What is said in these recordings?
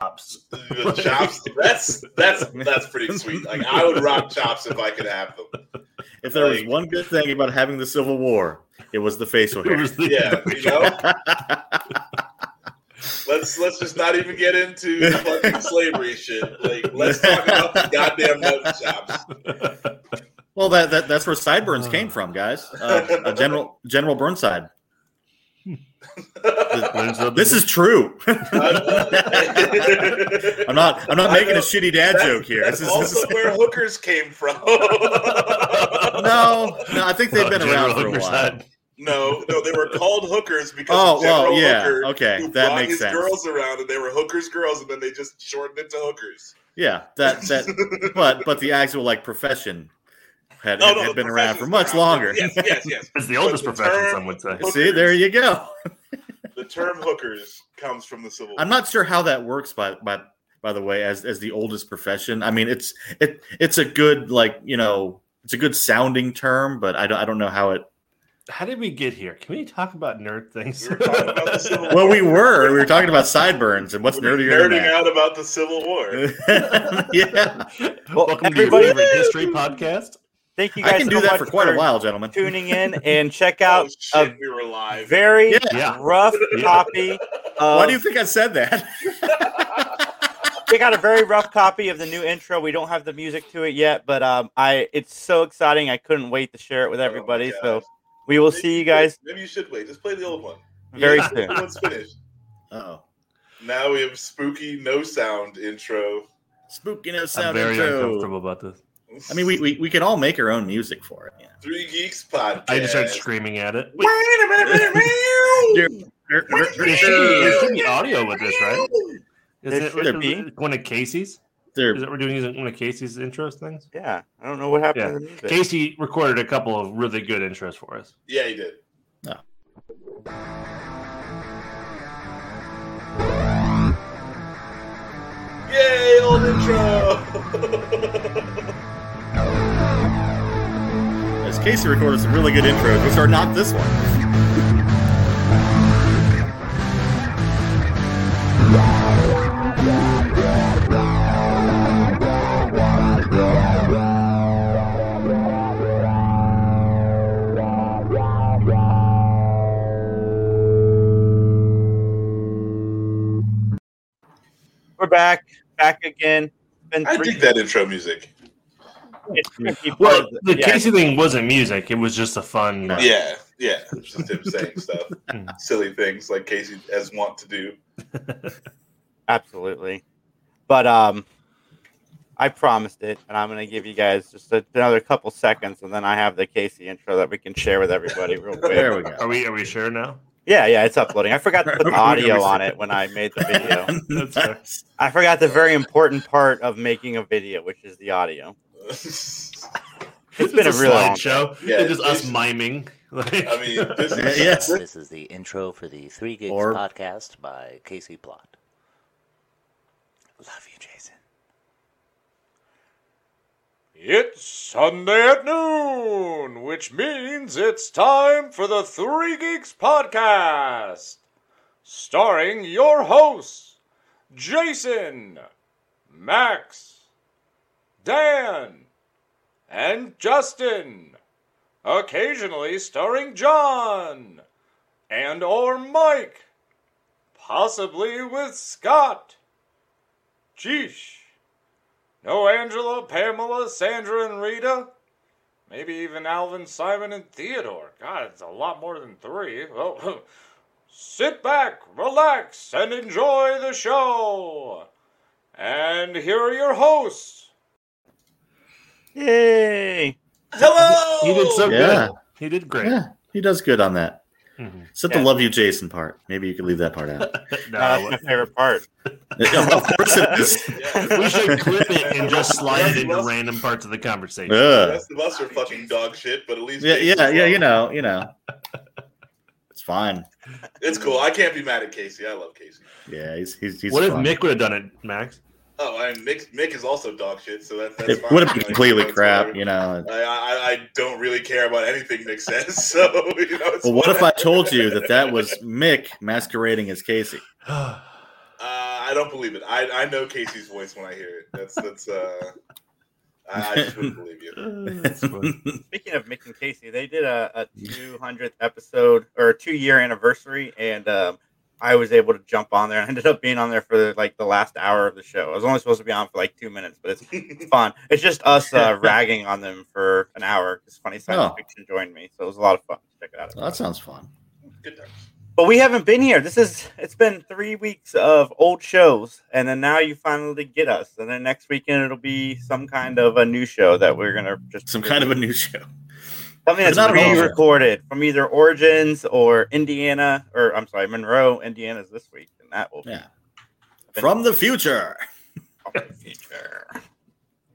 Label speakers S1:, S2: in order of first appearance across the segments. S1: chops.
S2: chops. That's that's that's pretty sweet. Like I would rock chops if I could have them.
S1: If there was
S2: Like-
S1: one good thing about having the Civil War, it was the facial hair.
S2: Yeah, you know. Let's let's just not even get into fucking slavery shit. Like let's talk about the goddamn nut chops.
S1: well, that, that that's where sideburns came from, guys. Uh, uh, General General Burnside. This is true. I'm not. I'm not
S2: I
S1: making a
S2: know.
S1: shitty dad
S2: That's-
S1: joke here. This
S2: That's
S1: is, this
S2: also
S1: is-
S2: where hookers came from.
S1: no, no. I think they've been around for a while.
S2: No, no, they were called hookers because
S1: Oh, well,
S2: General
S1: yeah,
S2: Hooker,
S1: okay,
S2: who
S1: that
S2: brought
S1: makes
S2: his
S1: sense.
S2: girls around, and they were hookers, girls, and then they just shortened it to hookers.
S1: Yeah, that that. but but the actual like profession had,
S2: No,
S1: had,
S2: no,
S1: had
S2: the
S1: been around for
S2: profession's
S1: much
S2: around.
S1: longer.
S2: Yes, yes, yes.
S3: It's the oldest
S2: But the
S3: profession,
S2: term-
S3: some would say.
S2: Hookers.
S1: See, there you go.
S2: The term hookers comes from the Civil War.
S1: I'm not sure how that works by by by the way as as the oldest profession. I mean, it's it it's a good like, you know, it's a good sounding term, but I don't I don't know how it
S3: How did we get here? Can we talk about nerd things?
S2: We were talking about the Civil War.
S1: Well, we were we were talking about sideburns and what's
S2: We're
S1: nerdier
S2: nerding
S1: than
S2: out about the Civil War.
S1: that. yeah.
S4: Well,
S3: Welcome to your
S4: everybody,
S3: favorite history podcast.
S4: thank you guys
S1: I can
S4: so
S1: do that
S4: much
S1: for quite a while, gentlemen.
S4: Tuning in and check out
S2: Oh shit, we were
S4: a
S2: live.
S4: very
S1: Yeah.
S3: Yeah.
S4: rough
S3: Yeah.
S4: copy. Of,
S1: Why do you think I said that?
S4: we got a very rough copy of the new intro. We don't have the music to it yet, but um, I it's so exciting. I couldn't wait to share it with
S2: my
S4: everybody.
S2: Oh, God.
S4: so we will see you guys
S2: Maybe you should wait. Just play the old one.
S4: very
S3: Yeah.
S4: soon.
S2: One's finished.
S1: Oh.
S2: Now we have spooky no sound intro.
S1: Spooky no
S3: I'm
S1: sound
S3: very
S1: intro.
S3: uncomfortable about this.
S1: I mean, we, we we can all make our own music for it.
S2: three geeks podcast.
S3: I just started screaming at it.
S2: Wait a minute,
S1: Yeah.
S2: minute,
S3: There should, be, there should be audio with this, right? Is
S4: There
S3: it
S4: should
S3: is
S4: be.
S3: it one of Casey's?
S1: They're-
S3: Is that we're doing using one of Casey's intros things?
S4: Yeah, I don't know what happened
S3: Yeah.
S4: to the music.
S3: Casey recorded a couple of really good intros for us.
S2: yeah, he did. Yay, old intro.
S1: As Casey recorded some really good intros, which are not this one.
S4: We're back, back again. Been
S2: I
S4: three-
S2: dig that intro music.
S4: it's gonna be part
S3: Well,
S4: of the-
S3: the
S4: yeah,
S3: Casey thing wasn't music; it was just a fun. like-
S2: Yeah, yeah. Just him saying stuff,
S1: Hmm.
S3: Mm.
S2: silly things like Casey as want to do.
S4: absolutely. But um, I promised it, and I'm gonna give you guys just a, another couple seconds, and then I have the Casey intro that we can share with everybody real quick.
S1: There we go.
S3: Are we? Are we sure now?
S4: yeah, yeah, it's uploading. I forgot to put the
S1: We're gonna
S4: audio
S1: see.
S4: on it when I made the video.
S3: That's fair.
S4: I forgot the very important part of making a video, which is the audio. It's been a really long
S3: show.
S2: Yeah,
S3: it's just us
S2: it's-
S3: miming. Like,
S2: I mean, this is
S1: yes.
S5: This is the intro for the Three Gigs
S1: Or-
S5: podcast by Casey Plot. Love you, Jason.
S6: It's Sunday at noon, which means it's time for the Three Geeks Podcast. Starring your hosts, Jason, Max, Dan, and Justin. Occasionally starring John and or Mike. Possibly with Scott. Jeesh. No Angela, Pamela, Sandra, and Rita. Maybe even Alvin, Simon, and Theodore. God, it's a lot more than three. Well, sit back, relax, and enjoy the show. And here are your hosts.
S4: Yay!
S2: hello.
S3: he did so
S1: Yeah.
S3: good. He did great.
S1: Yeah, he does good on that.
S3: Mhm.
S1: Except
S4: Yeah.
S1: the love you, Jason part. Maybe you could leave that part out.
S3: No,
S4: Uh, that's my favorite part.
S1: of course it is.
S2: Yeah.
S3: we should clip it and just slide it into
S2: Russell-
S3: random parts of the conversation.
S2: The
S1: Ugh.
S2: rest of us are fucking dog shit, but at least
S1: Yeah,
S2: Casey's
S1: yeah, yeah.
S2: welcome.
S1: You know, you know. It's fine.
S2: It's cool. I can't be mad at Casey. I love Casey.
S1: Yeah, he's he's. he's
S3: what if
S1: fun.
S3: Mick would have done it, Max?
S2: Oh, and Mick, Mick is also dog shit, so that's that's
S1: It would have been completely crap,
S2: You
S1: you know.
S2: I, I I don't really care about anything Mick says, so you know. It's
S1: Well, what if I
S2: whatever.
S1: told you that that was Mick masquerading as Casey?
S2: Uh, I I don't believe it. I, I know Casey's voice when I hear it. That's that's uh, I, I just wouldn't believe you.
S3: That's funny.
S4: Speaking of Mick and Casey, they did a, a 200th episode or a two year anniversary, and um, I was able to jump on there. I ended up being on there for like the last hour of the show. I was only supposed to be on for like two minutes, but it's, it's fun. It's just us uh, ragging on them for an hour because Funny Science
S1: Oh.
S4: Fiction joined me, so it was a lot of fun. Check it out.
S1: Well, that sounds fun.
S2: Good times.
S4: But we haven't been here. This is it's been three weeks of old shows, and then now you finally get us. And then next weekend it'll be some kind of a new show that we're gonna just
S1: Some kind of a new show.
S4: something that's
S1: It's not a wrong show.
S4: re-recorded from either Origins or Indiana, or I'm sorry, Monroe, Indiana's this week, and that will be
S1: Yeah. From the future.
S4: our feature.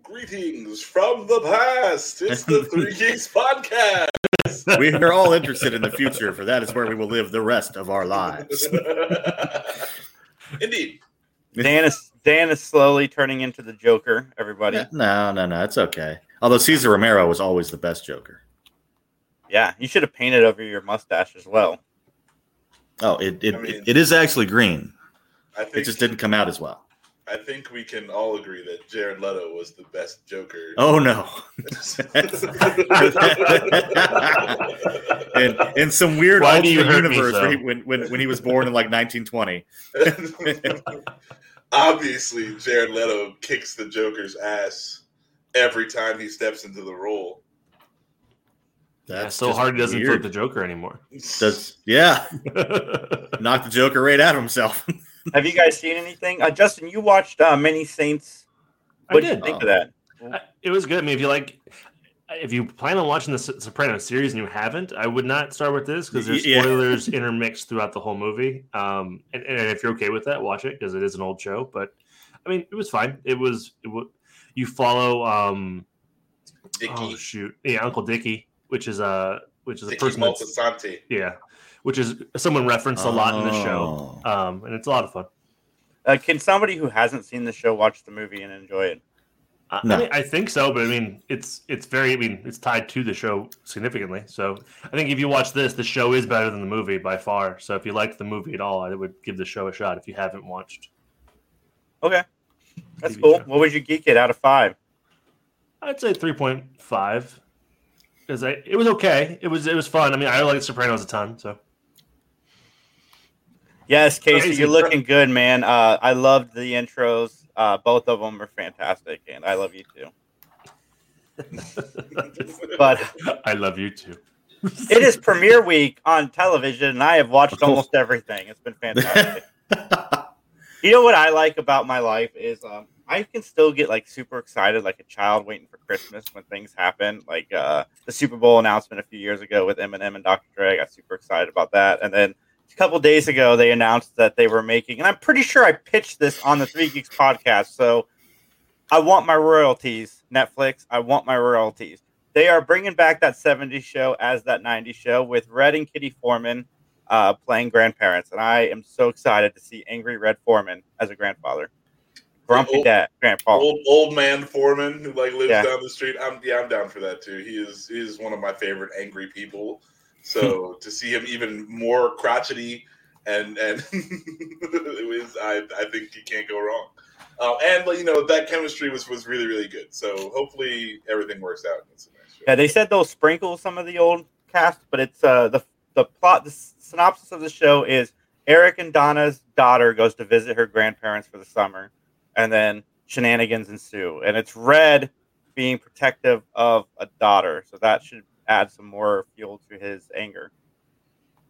S2: Greetings from the past. It's the Three Geeks podcast.
S1: We are all interested in the future, for that is where we will live the rest of our lives.
S2: Indeed.
S4: Dan is Dan is slowly turning into the Joker. Everybody, yeah,
S1: No, no, no. It's okay. Although Caesar Romero was always the best Joker.
S4: you should have painted over your mustache as well.
S1: Oh, it it,
S2: I mean-
S1: it is actually green.
S2: I
S1: It
S2: think
S1: just didn't come out as well.
S2: I think we can all agree that Jared Leto was the best Joker.
S1: Oh no. In, in some weird
S3: Why do you
S1: alternate
S3: hurt me
S1: universe
S3: so?
S1: where he, when, when, when he was born in like 1920.
S2: Obviously, Jared Leto kicks the Joker's ass every time he steps into the role.
S3: That's so
S1: just
S3: hard he doesn't
S1: weird.
S3: flip the Joker anymore.
S1: Does yeah,
S3: I
S1: knock the Joker right out of himself.
S4: Have you guys seen anything? Uh, Justin, you watched uh, Many Saints. What did you
S3: did.
S4: think of that?
S3: It was good. I mean, if you like, if you plan on watching the S- Sopranos series and you haven't, I would not start with this because there's
S1: Y- yeah.
S3: spoilers intermixed throughout the whole movie. Um, and, and if you're okay with that, watch it because it is an old show. But I mean, it was fine. It was. It w- you follow. Um,
S2: Dicky,
S3: Oh shoot! Yeah, Uncle Dickie, which is a which is a
S2: Dicky
S3: person that's
S2: Maltasante.
S3: yeah, which is someone referenced a lot in the
S1: Oh.
S3: show. Um, and it's a lot of fun.
S4: Uh, can somebody who hasn't seen the show watch the movie and enjoy it?
S3: I,
S1: No.
S3: I, mean, I think so, but I mean, it's it's very. I mean, it's tied to the show significantly. So I think if you watch this, the show is better than the movie by far. So if you liked the movie at all, I would give the show a shot. If you haven't watched,
S4: That's
S3: TV
S4: cool.
S3: show.
S4: What would you geek it out of five?
S3: I'd say three point five. Because I, it was okay. It was it was fun. I mean, I like Sopranos a ton. So
S4: Yes, Casey,
S3: Amazing.
S4: you're looking good, man. Uh, I loved the intros. Uh, both of them are fantastic, and I love you too. But
S3: I love you too.
S4: it is premiere week on television, and I have watched almost everything. It's been fantastic.
S1: Oh.
S4: you know what I like about my life is um, I can still get like super excited, like a child waiting for Christmas when things happen, like uh, the Super Bowl announcement a few years ago with Eminem and Dr. Dre. I got super excited about that, and then. A couple days ago, they announced that they were making, and I'm pretty sure I pitched this on the Three Geeks podcast. So I want my royalties, Netflix. I want my royalties. They are bringing back that 70s show as that 90s show with Red and Kitty Foreman uh, playing grandparents. And I am so excited to see Angry Red Foreman as a grandfather. Grumpy
S2: Oh.
S4: dad, grandpa.
S2: Old old man foreman who like lives
S4: Yeah.
S2: down the street. I'm yeah, I'm down for that too. He is he is one of my favorite angry people. So to see him even more crotchety and and it was, I I think you can't go wrong. Um, and like, you know that chemistry was was really really good. So hopefully everything works out. It's a nice show.
S4: Yeah, they said they'll sprinkle some of the old cast, but it's uh, the the plot. The s- synopsis of the show is Eric and Donna's daughter goes to visit her grandparents for the summer, and then shenanigans ensue. And it's Red being protective of a daughter, so that should add some more fuel to his anger.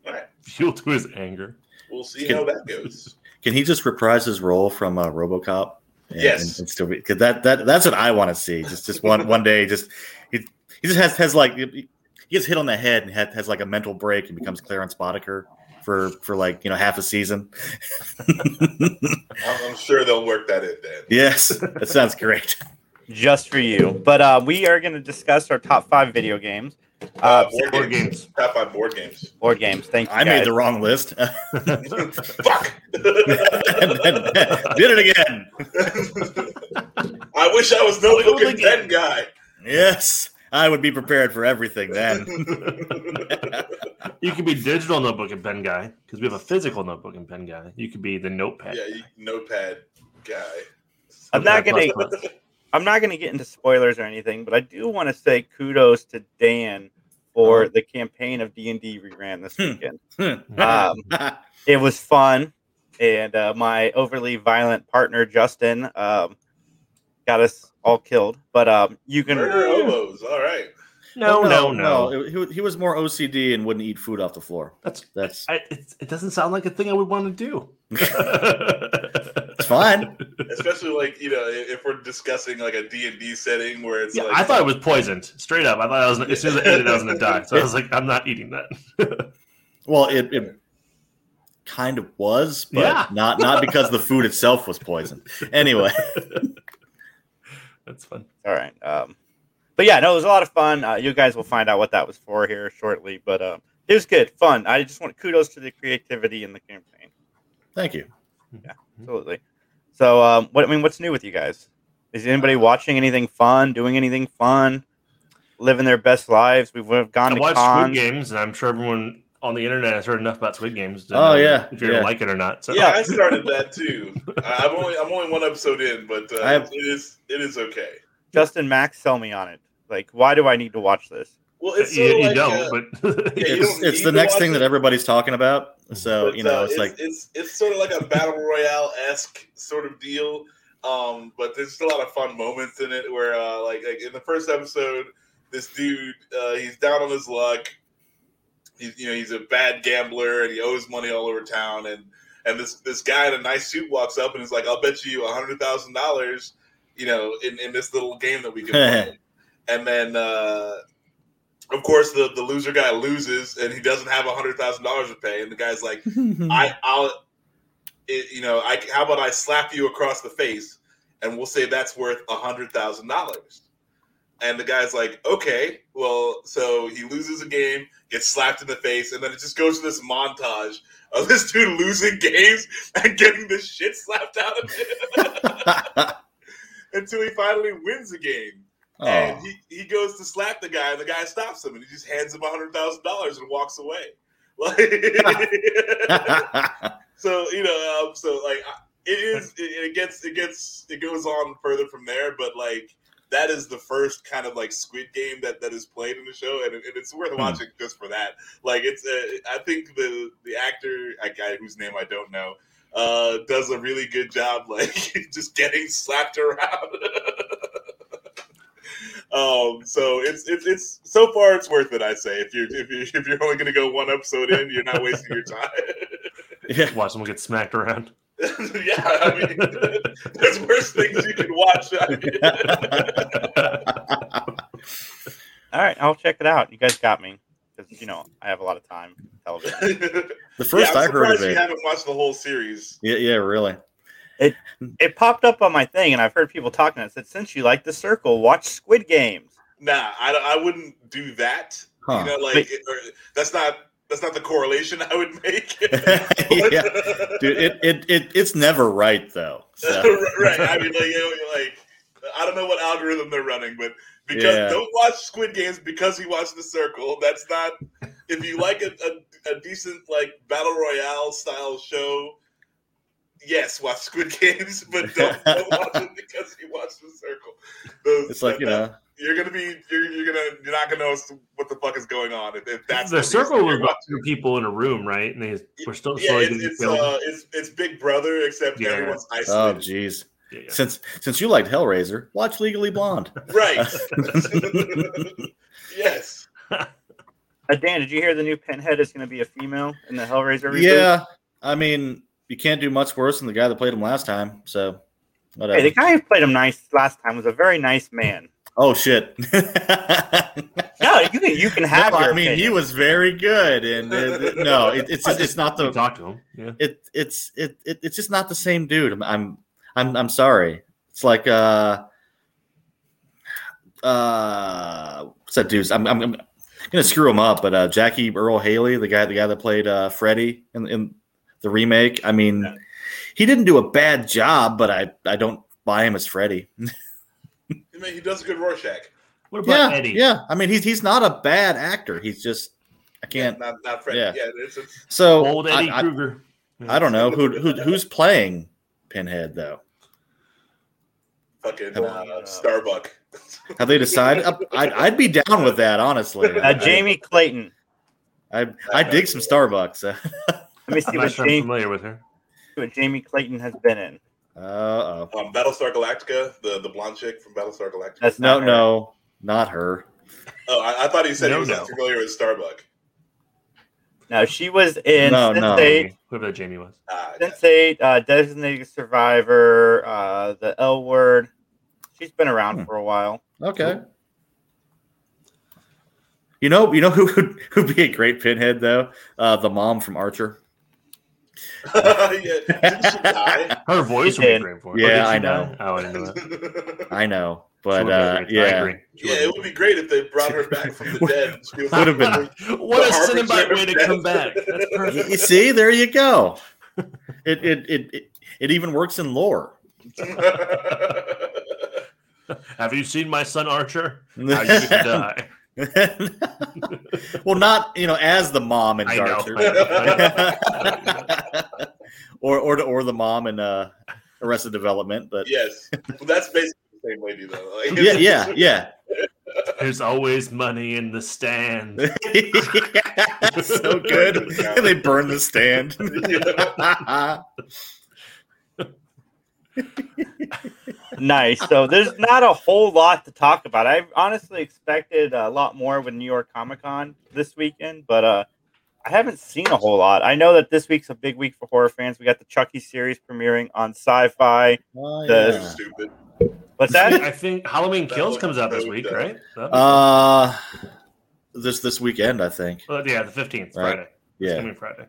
S2: All right,
S3: Fuel to his anger.
S2: we'll see how that goes.
S1: Can he just reprise his role from uh, RoboCop? And,
S2: Yes.
S1: and, and still be because that that that's what I want to see. Just just one one day, just he he just has has like he gets hit on the head and has, has like a mental break and becomes Clarence Boddicker for for like you know half a season.
S2: I'm, I'm sure they'll work that in then.
S1: yes, that sounds great.
S4: Just for you, but uh, we are going to discuss our top five video games, uh,
S2: Uh, board,
S3: board
S2: games.
S3: games.
S2: Top five board games.
S4: board games. Thank you.
S1: I made
S4: guys.
S1: the wrong list
S2: Fuck.
S1: and then did it again.
S2: I wish I was no
S3: Totally
S2: fucking
S3: get
S2: ten guy.
S1: Yes, I would be prepared for everything then.
S3: You could be digital notebook and pen guy because we have a physical notebook and pen guy. You could be the notepad.
S2: yeah, you, notepad guy.
S4: I'm not
S3: Notepad
S4: gonna.
S3: plus plus.
S4: I'm not gonna get into spoilers or anything, but I do want to say kudos to Dan for the campaign of D and D we ran this
S1: Hmm.
S4: weekend.
S1: um,
S4: Um, it was fun, and uh, my overly violent partner Justin um, got us all killed. But um, you can
S2: Murder Obos. All right.
S3: No, no, no,
S1: Oh, He, he was more OCD and wouldn't eat food off the floor.
S3: That's
S1: That's
S3: I, it, it. Doesn't sound like a thing I would want to do.
S1: it's fine.
S2: Especially like you know i- if we're discussing like a D and D setting where it's
S3: Yeah,
S2: like
S3: I thought it was poisoned. Straight up, I thought I was as soon as I ate it, I was gonna die. So I was like, I'm not eating that.
S1: Well, it, it kind of was, but
S3: Yeah.
S1: not not because the food itself was poisoned. Anyway,
S3: That's fun.
S4: All right. Um, but yeah, no, it was a lot of fun. Uh, you guys will find out what that was for here shortly. But um, it was good, fun. I just want kudos to the creativity in the campaign.
S1: thank you.
S4: Mm-hmm. Absolutely. So, um, what I mean, what's new with you guys? Is
S3: Uh,
S4: anybody watching anything fun? Doing anything fun? Living their best lives? We've we've gone
S3: I
S4: to
S3: watched
S4: cons.
S3: Squid Games, and I'm sure everyone on the internet has heard enough about Squid Games. to
S1: Oh,
S3: know
S1: yeah,
S3: if you're
S1: yeah.
S3: gonna like it or not. So
S2: yeah, I started that too. I, I'm only I'm only one episode in, but uh,
S1: I have-
S2: it is it is okay.
S4: Justin Max, sell me on it. Like, why do I need to watch this?
S2: Well,
S3: you,
S2: it's sort of
S3: you
S2: like, uh,
S3: don't, but
S2: Yeah, you
S1: It's,
S2: don't
S1: it's
S2: need
S1: the
S2: to
S1: next
S2: watch
S1: thing
S2: it.
S1: that everybody's talking about. So
S2: But,
S1: you know,
S2: uh,
S1: it's, like
S2: it's it's sort of like a battle royale esque sort of deal. Um, but there's just a lot of fun moments in it where, uh, like, like in the first episode, this dude uh, he's down on his luck. He's you know he's a bad gambler and he owes money all over town and and this this guy in a nice suit walks up and is like, "I'll bet you a hundred thousand dollars, you know, in in this little game that we can play." and then. Uh, of course, the, the loser guy loses, and he doesn't have a hundred thousand dollars to pay. And the guy's like, I, I'll, it, you know, I, how about I slap you across the face, and we'll say that's worth a hundred thousand dollars. And the guy's like, okay, well, so he loses a game, gets slapped in the face, and then it just goes to this montage of this dude losing games and getting the shit slapped out of him until he finally wins a game.
S1: Aw.
S2: And he, he goes to slap the guy, and the guy stops him, and he just hands him a hundred thousand dollars and walks away. Like, so you know, um, so like I- it is. It, it gets. It gets. It goes on further from there. But like that is the first kind of like Squid Game that that is played in the show, and, it, and it's worth watching just for that. Like it's. uh, I think the the actor, a guy whose name I don't know, uh, does a really good job, like just getting slapped around. Um, so it's it's it's so far it's worth it. I say if you're if you're if you're only gonna go one episode in, you're not wasting your time.
S1: yeah.
S3: watch someone get smacked around.
S2: yeah, I mean, there's worse things you can watch. I mean,
S4: All right, I'll check it out. You guys got me because you know I have a lot of time. with Television.
S1: The first
S2: yeah, I'm
S1: I heard
S2: surprised
S1: of
S2: you
S1: it.
S2: haven't watched the whole series.
S1: Yeah, yeah, really.
S4: it popped up on my thing, and I've heard people talking. I said, since you like The Circle, watch Squid Games.
S2: Nah, I, don't- I wouldn't do that.
S1: Huh.
S2: You know, like
S4: Wait.
S2: it- or, that's not that's not the correlation I would make.
S1: yeah, dude, it, it, it it's never right though. So,
S2: right. I mean, like, you know, like I don't know what algorithm they're running, but because
S1: Yeah.
S2: don't watch Squid Games because he watched The Circle. That's not. If you like a, a, a decent like battle royale style show, yes, watch Squid Games, but don't, don't watch it because he watched The Circle. Those-
S1: it's like you
S2: that-
S1: know,
S2: you're gonna be you're, you're gonna you're not gonna know what the fuck is going on if, if that's
S3: the
S2: reason
S3: circle
S2: you're
S3: was about
S2: watching.
S3: two people in a room, right? And they were still
S2: Yeah,
S3: slowly
S2: it's
S3: getting
S2: it's,
S3: killed.
S2: uh, it's it's Big Brother except
S3: Yeah.
S2: everyone's
S1: oh
S2: isolated.
S1: jeez.
S3: Yeah, yeah.
S1: Since since you liked Hellraiser, watch Legally Blonde.
S2: Right. yes.
S4: Uh, Dan, did you hear the new Pinhead is going to be a female in the Hellraiser reboot?
S1: Yeah, I mean, you can't do much worse than the guy that played him last time. So, whatever.
S4: Hey, the guy who played him nice last time was a very nice man.
S1: oh shit.
S4: No, you can you can have.
S1: No,
S4: your
S1: I mean, he
S4: opinion.
S1: was very good, and uh, no, it, it's just, it's not
S3: You
S1: the
S3: talk to him. Yeah.
S1: it it's it, it it's just not the same dude. I'm I'm I'm, I'm sorry. It's like uh uh what's that dude's? I'm I'm, I'm gonna screw him up, but uh Jackie Earl Haley, the guy the guy that played uh Freddy in, in the remake. I mean, he didn't do a bad job, but I I don't buy him as Freddy.
S2: I mean, he does a good Rorschach.
S3: What about
S1: Yeah,
S3: Eddie?
S1: yeah. I mean, he's he's not a bad actor. He's just I can't.
S2: Not, not Freddy.
S1: Yeah.
S2: Yeah, it's, it's,
S1: So
S3: Old Eddie
S1: I, I,
S3: Krueger.
S1: I don't know who, who who's playing Pinhead though.
S2: fucking
S1: Come
S4: on.
S2: uh, Starbuck.
S1: Have they decided? I- I'd, I'd be down with that honestly.
S4: Uh, Jamie Clayton.
S1: I, I, I dig some Starbucks.
S4: Let me see
S3: I'm
S4: what
S3: not sure I'm
S4: Jamie,
S3: familiar with her.
S4: what Jamie Clayton has been in.
S1: Uh oh.
S2: Um, Battlestar Galactica, the, the blonde chick from Battlestar Galactica.
S4: That's
S1: No,
S4: not her.
S1: no, not her.
S2: oh, I, I thought he said
S3: No,
S2: he was
S3: no.
S2: not familiar with Starbuck.
S4: No, she was in
S1: No,
S4: Sense
S1: no.
S4: Eight,
S3: Whoever that Jamie was.
S2: Ah, yeah.
S4: Sense Eight, uh, Designated Survivor, uh, The L Word. She's been around
S1: Hmm.
S4: for a while.
S1: Okay. You know, you know who would who'd be a great Pinhead though? Uh, the mom from Archer.
S2: yeah. Didn't she die?
S3: Her voice
S4: She
S3: would be
S4: did.
S3: great for it.
S1: Yeah,
S3: did she
S1: I
S3: die?
S1: know.
S3: Oh, I didn't know that. She
S1: I know, but
S3: would've been
S1: uh,
S3: great. I
S1: yeah,
S3: agree. She
S2: yeah, it would be great if they brought her back from the dead. She was
S1: Would have been-
S3: what a
S2: harbinger
S3: Cinnabite
S2: of
S3: way to
S2: death.
S3: come back. That's
S1: you,
S3: perfect.
S1: you see, there you go. It it, it it it even works in lore.
S3: Have you seen my son Archer? How you could die.
S1: well, not you know as the mom in
S3: I know.
S1: Archer,
S3: I know.
S1: or or or the mom in uh, Arrested Development, but
S2: yes, well, that's basically the same lady though. Like,
S1: yeah, yeah, yeah.
S3: There's always money in the stand.
S1: so good. And they burn the stand.
S4: Nice. So there's not a whole lot to talk about. I honestly expected a lot more with New York Comic Con this weekend, but uh, I haven't seen a whole lot. I know that this week's a big week for horror fans. We got the Chucky series premiering on Sci-Fi,
S2: This is
S1: uh,
S2: stupid.
S4: but that
S3: I think Halloween Kills comes out this week, right? Uh,
S1: this this weekend, I think.
S3: yeah, the 15th,
S1: right.
S3: Friday. It's
S1: Yeah,
S3: coming Friday.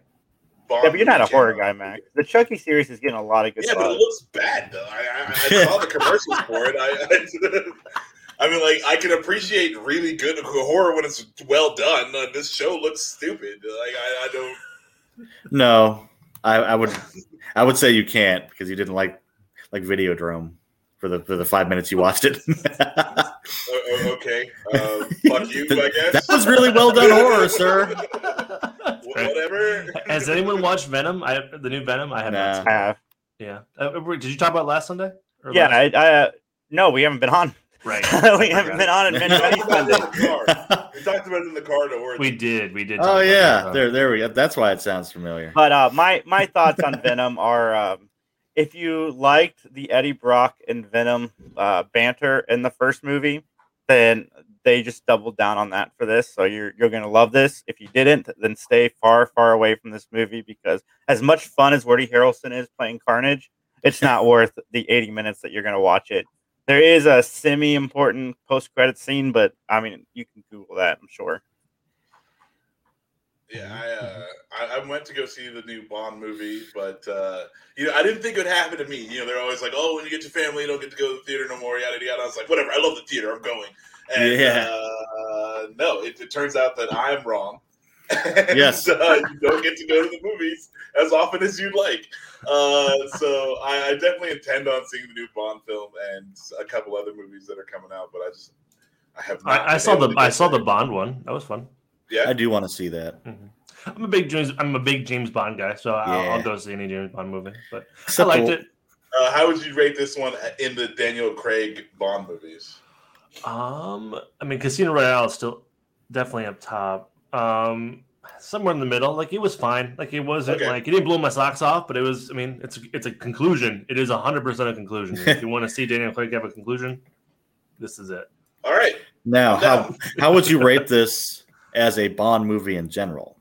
S2: Bomb
S4: yeah, but you're not a
S2: came
S4: horror
S2: out.
S4: guy, Max. The Chucky series is getting a lot of good.
S2: Yeah, but
S4: buzz.
S2: it looks bad though. I, I, I saw the commercials for it. I, I, I mean, like I can appreciate really good horror when it's well done. Uh, this show looks stupid. Like I, I don't.
S1: no, I, I would, I would say you can't because you didn't like like Videodrome for the for the five minutes you watched it.
S2: o- o- okay, uh, fuck you. I
S1: that
S2: guess
S1: was really well done horror, sir.
S2: Whatever.
S3: Has anyone watched Venom? I the new Venom. I have
S1: Nah.
S3: not. Seen.
S4: I have.
S3: Yeah. Uh, wait, did you talk about last Sunday? Or
S4: Yeah,
S3: last-
S4: I, I uh, no, we haven't been on.
S3: right.
S4: we haven't been on in many,
S2: We
S4: many
S2: talked about it
S4: Sundays.
S2: in the car. We talked about it in the car. Don't worry.
S3: We did. We did. talk
S1: oh
S3: about
S1: yeah,
S3: that.
S1: there there we go. That's why it sounds familiar.
S4: But uh, my my thoughts on Venom are um, if you liked the Eddie Brock and Venom uh, banter in the first movie, then they just doubled down on that for this. So you're you're gonna love this. If you didn't, then stay far far away from this movie because as much fun as Woody Harrelson is playing Carnage, it's not worth the 80 minutes that you're gonna watch it. There is a semi important post credit scene, but I mean you can Google that. I'm sure.
S3: Mm-hmm.
S2: Yeah, I, uh, I I went to go see the new Bond movie, but uh, you know I didn't think it would happen to me. You know, they're always like, "Oh, when you get your family, you don't get to go to the theater no more." Yada yada. I was like, "Whatever, I love the theater. I'm going." And
S1: Yeah.
S2: uh, no, it, it turns out that I'm wrong. And,
S1: Yes.
S2: uh, you don't get to go to the movies as often as you'd like. Uh, so I, I definitely intend on seeing the new Bond film and a couple other movies that are coming out, but I just I have not.
S3: I, I
S2: been
S3: saw
S2: able
S3: the
S2: to
S3: I
S2: get
S3: saw
S2: there.
S3: the Bond one. That was fun.
S1: I
S2: yeah.
S1: do want to see that.
S3: I'm a big James. I'm a big James Bond guy, so I'll, I'll
S1: Yeah.
S3: go see any James Bond movie. But I
S1: Except
S3: liked
S1: the-
S3: it.
S2: Uh, how would you rate this one in the Daniel Craig Bond movies?
S3: Um, I mean, Casino Royale is still definitely up top. Um, somewhere in the middle. Like it was fine. Like it wasn't
S2: Okay.
S3: like it didn't blow my socks off, but it was. I mean, it's it's a conclusion. It is hundred percent a conclusion. if you want to see Daniel Craig have a conclusion, this is it.
S2: All right.
S1: Now, Oh, how
S2: No.
S1: how would you rate this as a Bond movie in general?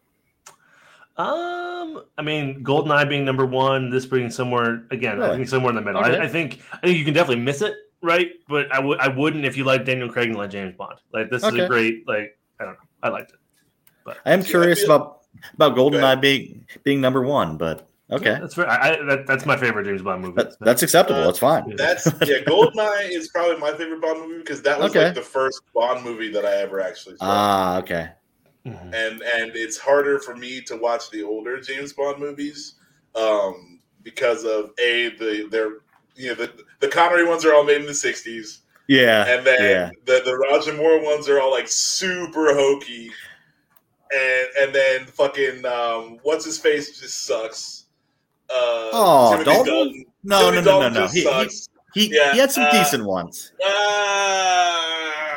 S3: Um, I mean, Goldeneye being number one, this being somewhere again. I
S1: Really?
S3: think somewhere in the middle.
S1: Okay.
S3: I, I think I think you can definitely miss it, right? But I would I wouldn't if you like Daniel Craig and like James Bond. Like this is a
S1: Okay.
S3: great like I don't know. I liked it.
S1: I am
S2: See, I
S1: curious
S2: feel-
S1: about about
S2: Go ahead.
S1: Goldeneye being being number one, but
S3: Yeah,
S1: okay,
S3: that's fair. I, I, that, that's my favorite James Bond movie.
S1: that, that's acceptable.
S2: Uh,
S1: That's fine.
S2: That's yeah. Goldeneye is probably my favorite Bond movie because that was
S1: Okay.
S2: like the first Bond movie that I ever actually saw.
S1: Ah, okay.
S3: Mhm.
S2: and and it's harder for me to watch the older James Bond movies um, because of a the their you know the the Connery ones are all made in the '60s,
S1: Yeah,
S2: and then
S1: yeah.
S2: the the Roger Moore ones are all like super hokey. and and then fucking um, what's his face just sucks. Uh,
S1: Oh, Dalton? No, no, no, no, no. He, he,
S2: sucks.
S1: he,
S2: Yeah,
S1: he had some
S2: uh,
S1: decent ones.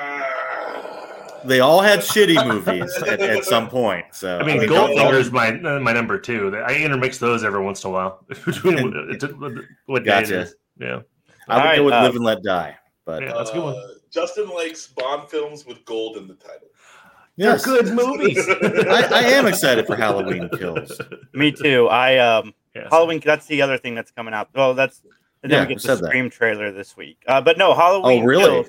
S2: Ah.
S1: They all had shitty movies at, at some point. So
S3: I mean,
S1: Dalton-
S3: Goldfinger is my uh, my number two. I intermix those every once in a while between
S1: And-
S3: what- what day it
S1: Gotcha.
S3: is. Yeah,
S1: I would
S4: All right,
S1: go with
S4: uh,
S1: Live and Let Die. But
S3: yeah, that's a good one.
S2: Uh, Justin Lake's Bond films with gold in the title.
S1: yes,
S3: They're good movies.
S1: I, I am excited for Halloween Kills.
S4: Me too. I um
S3: Yes.
S4: Halloween. That's the other thing that's coming out. Well, that's and then
S1: Yeah,
S4: we
S1: you
S4: get
S1: said
S4: the
S1: that.
S4: Scream trailer this week. Uh, but no, Halloween.
S1: Oh, really?
S4: Kills.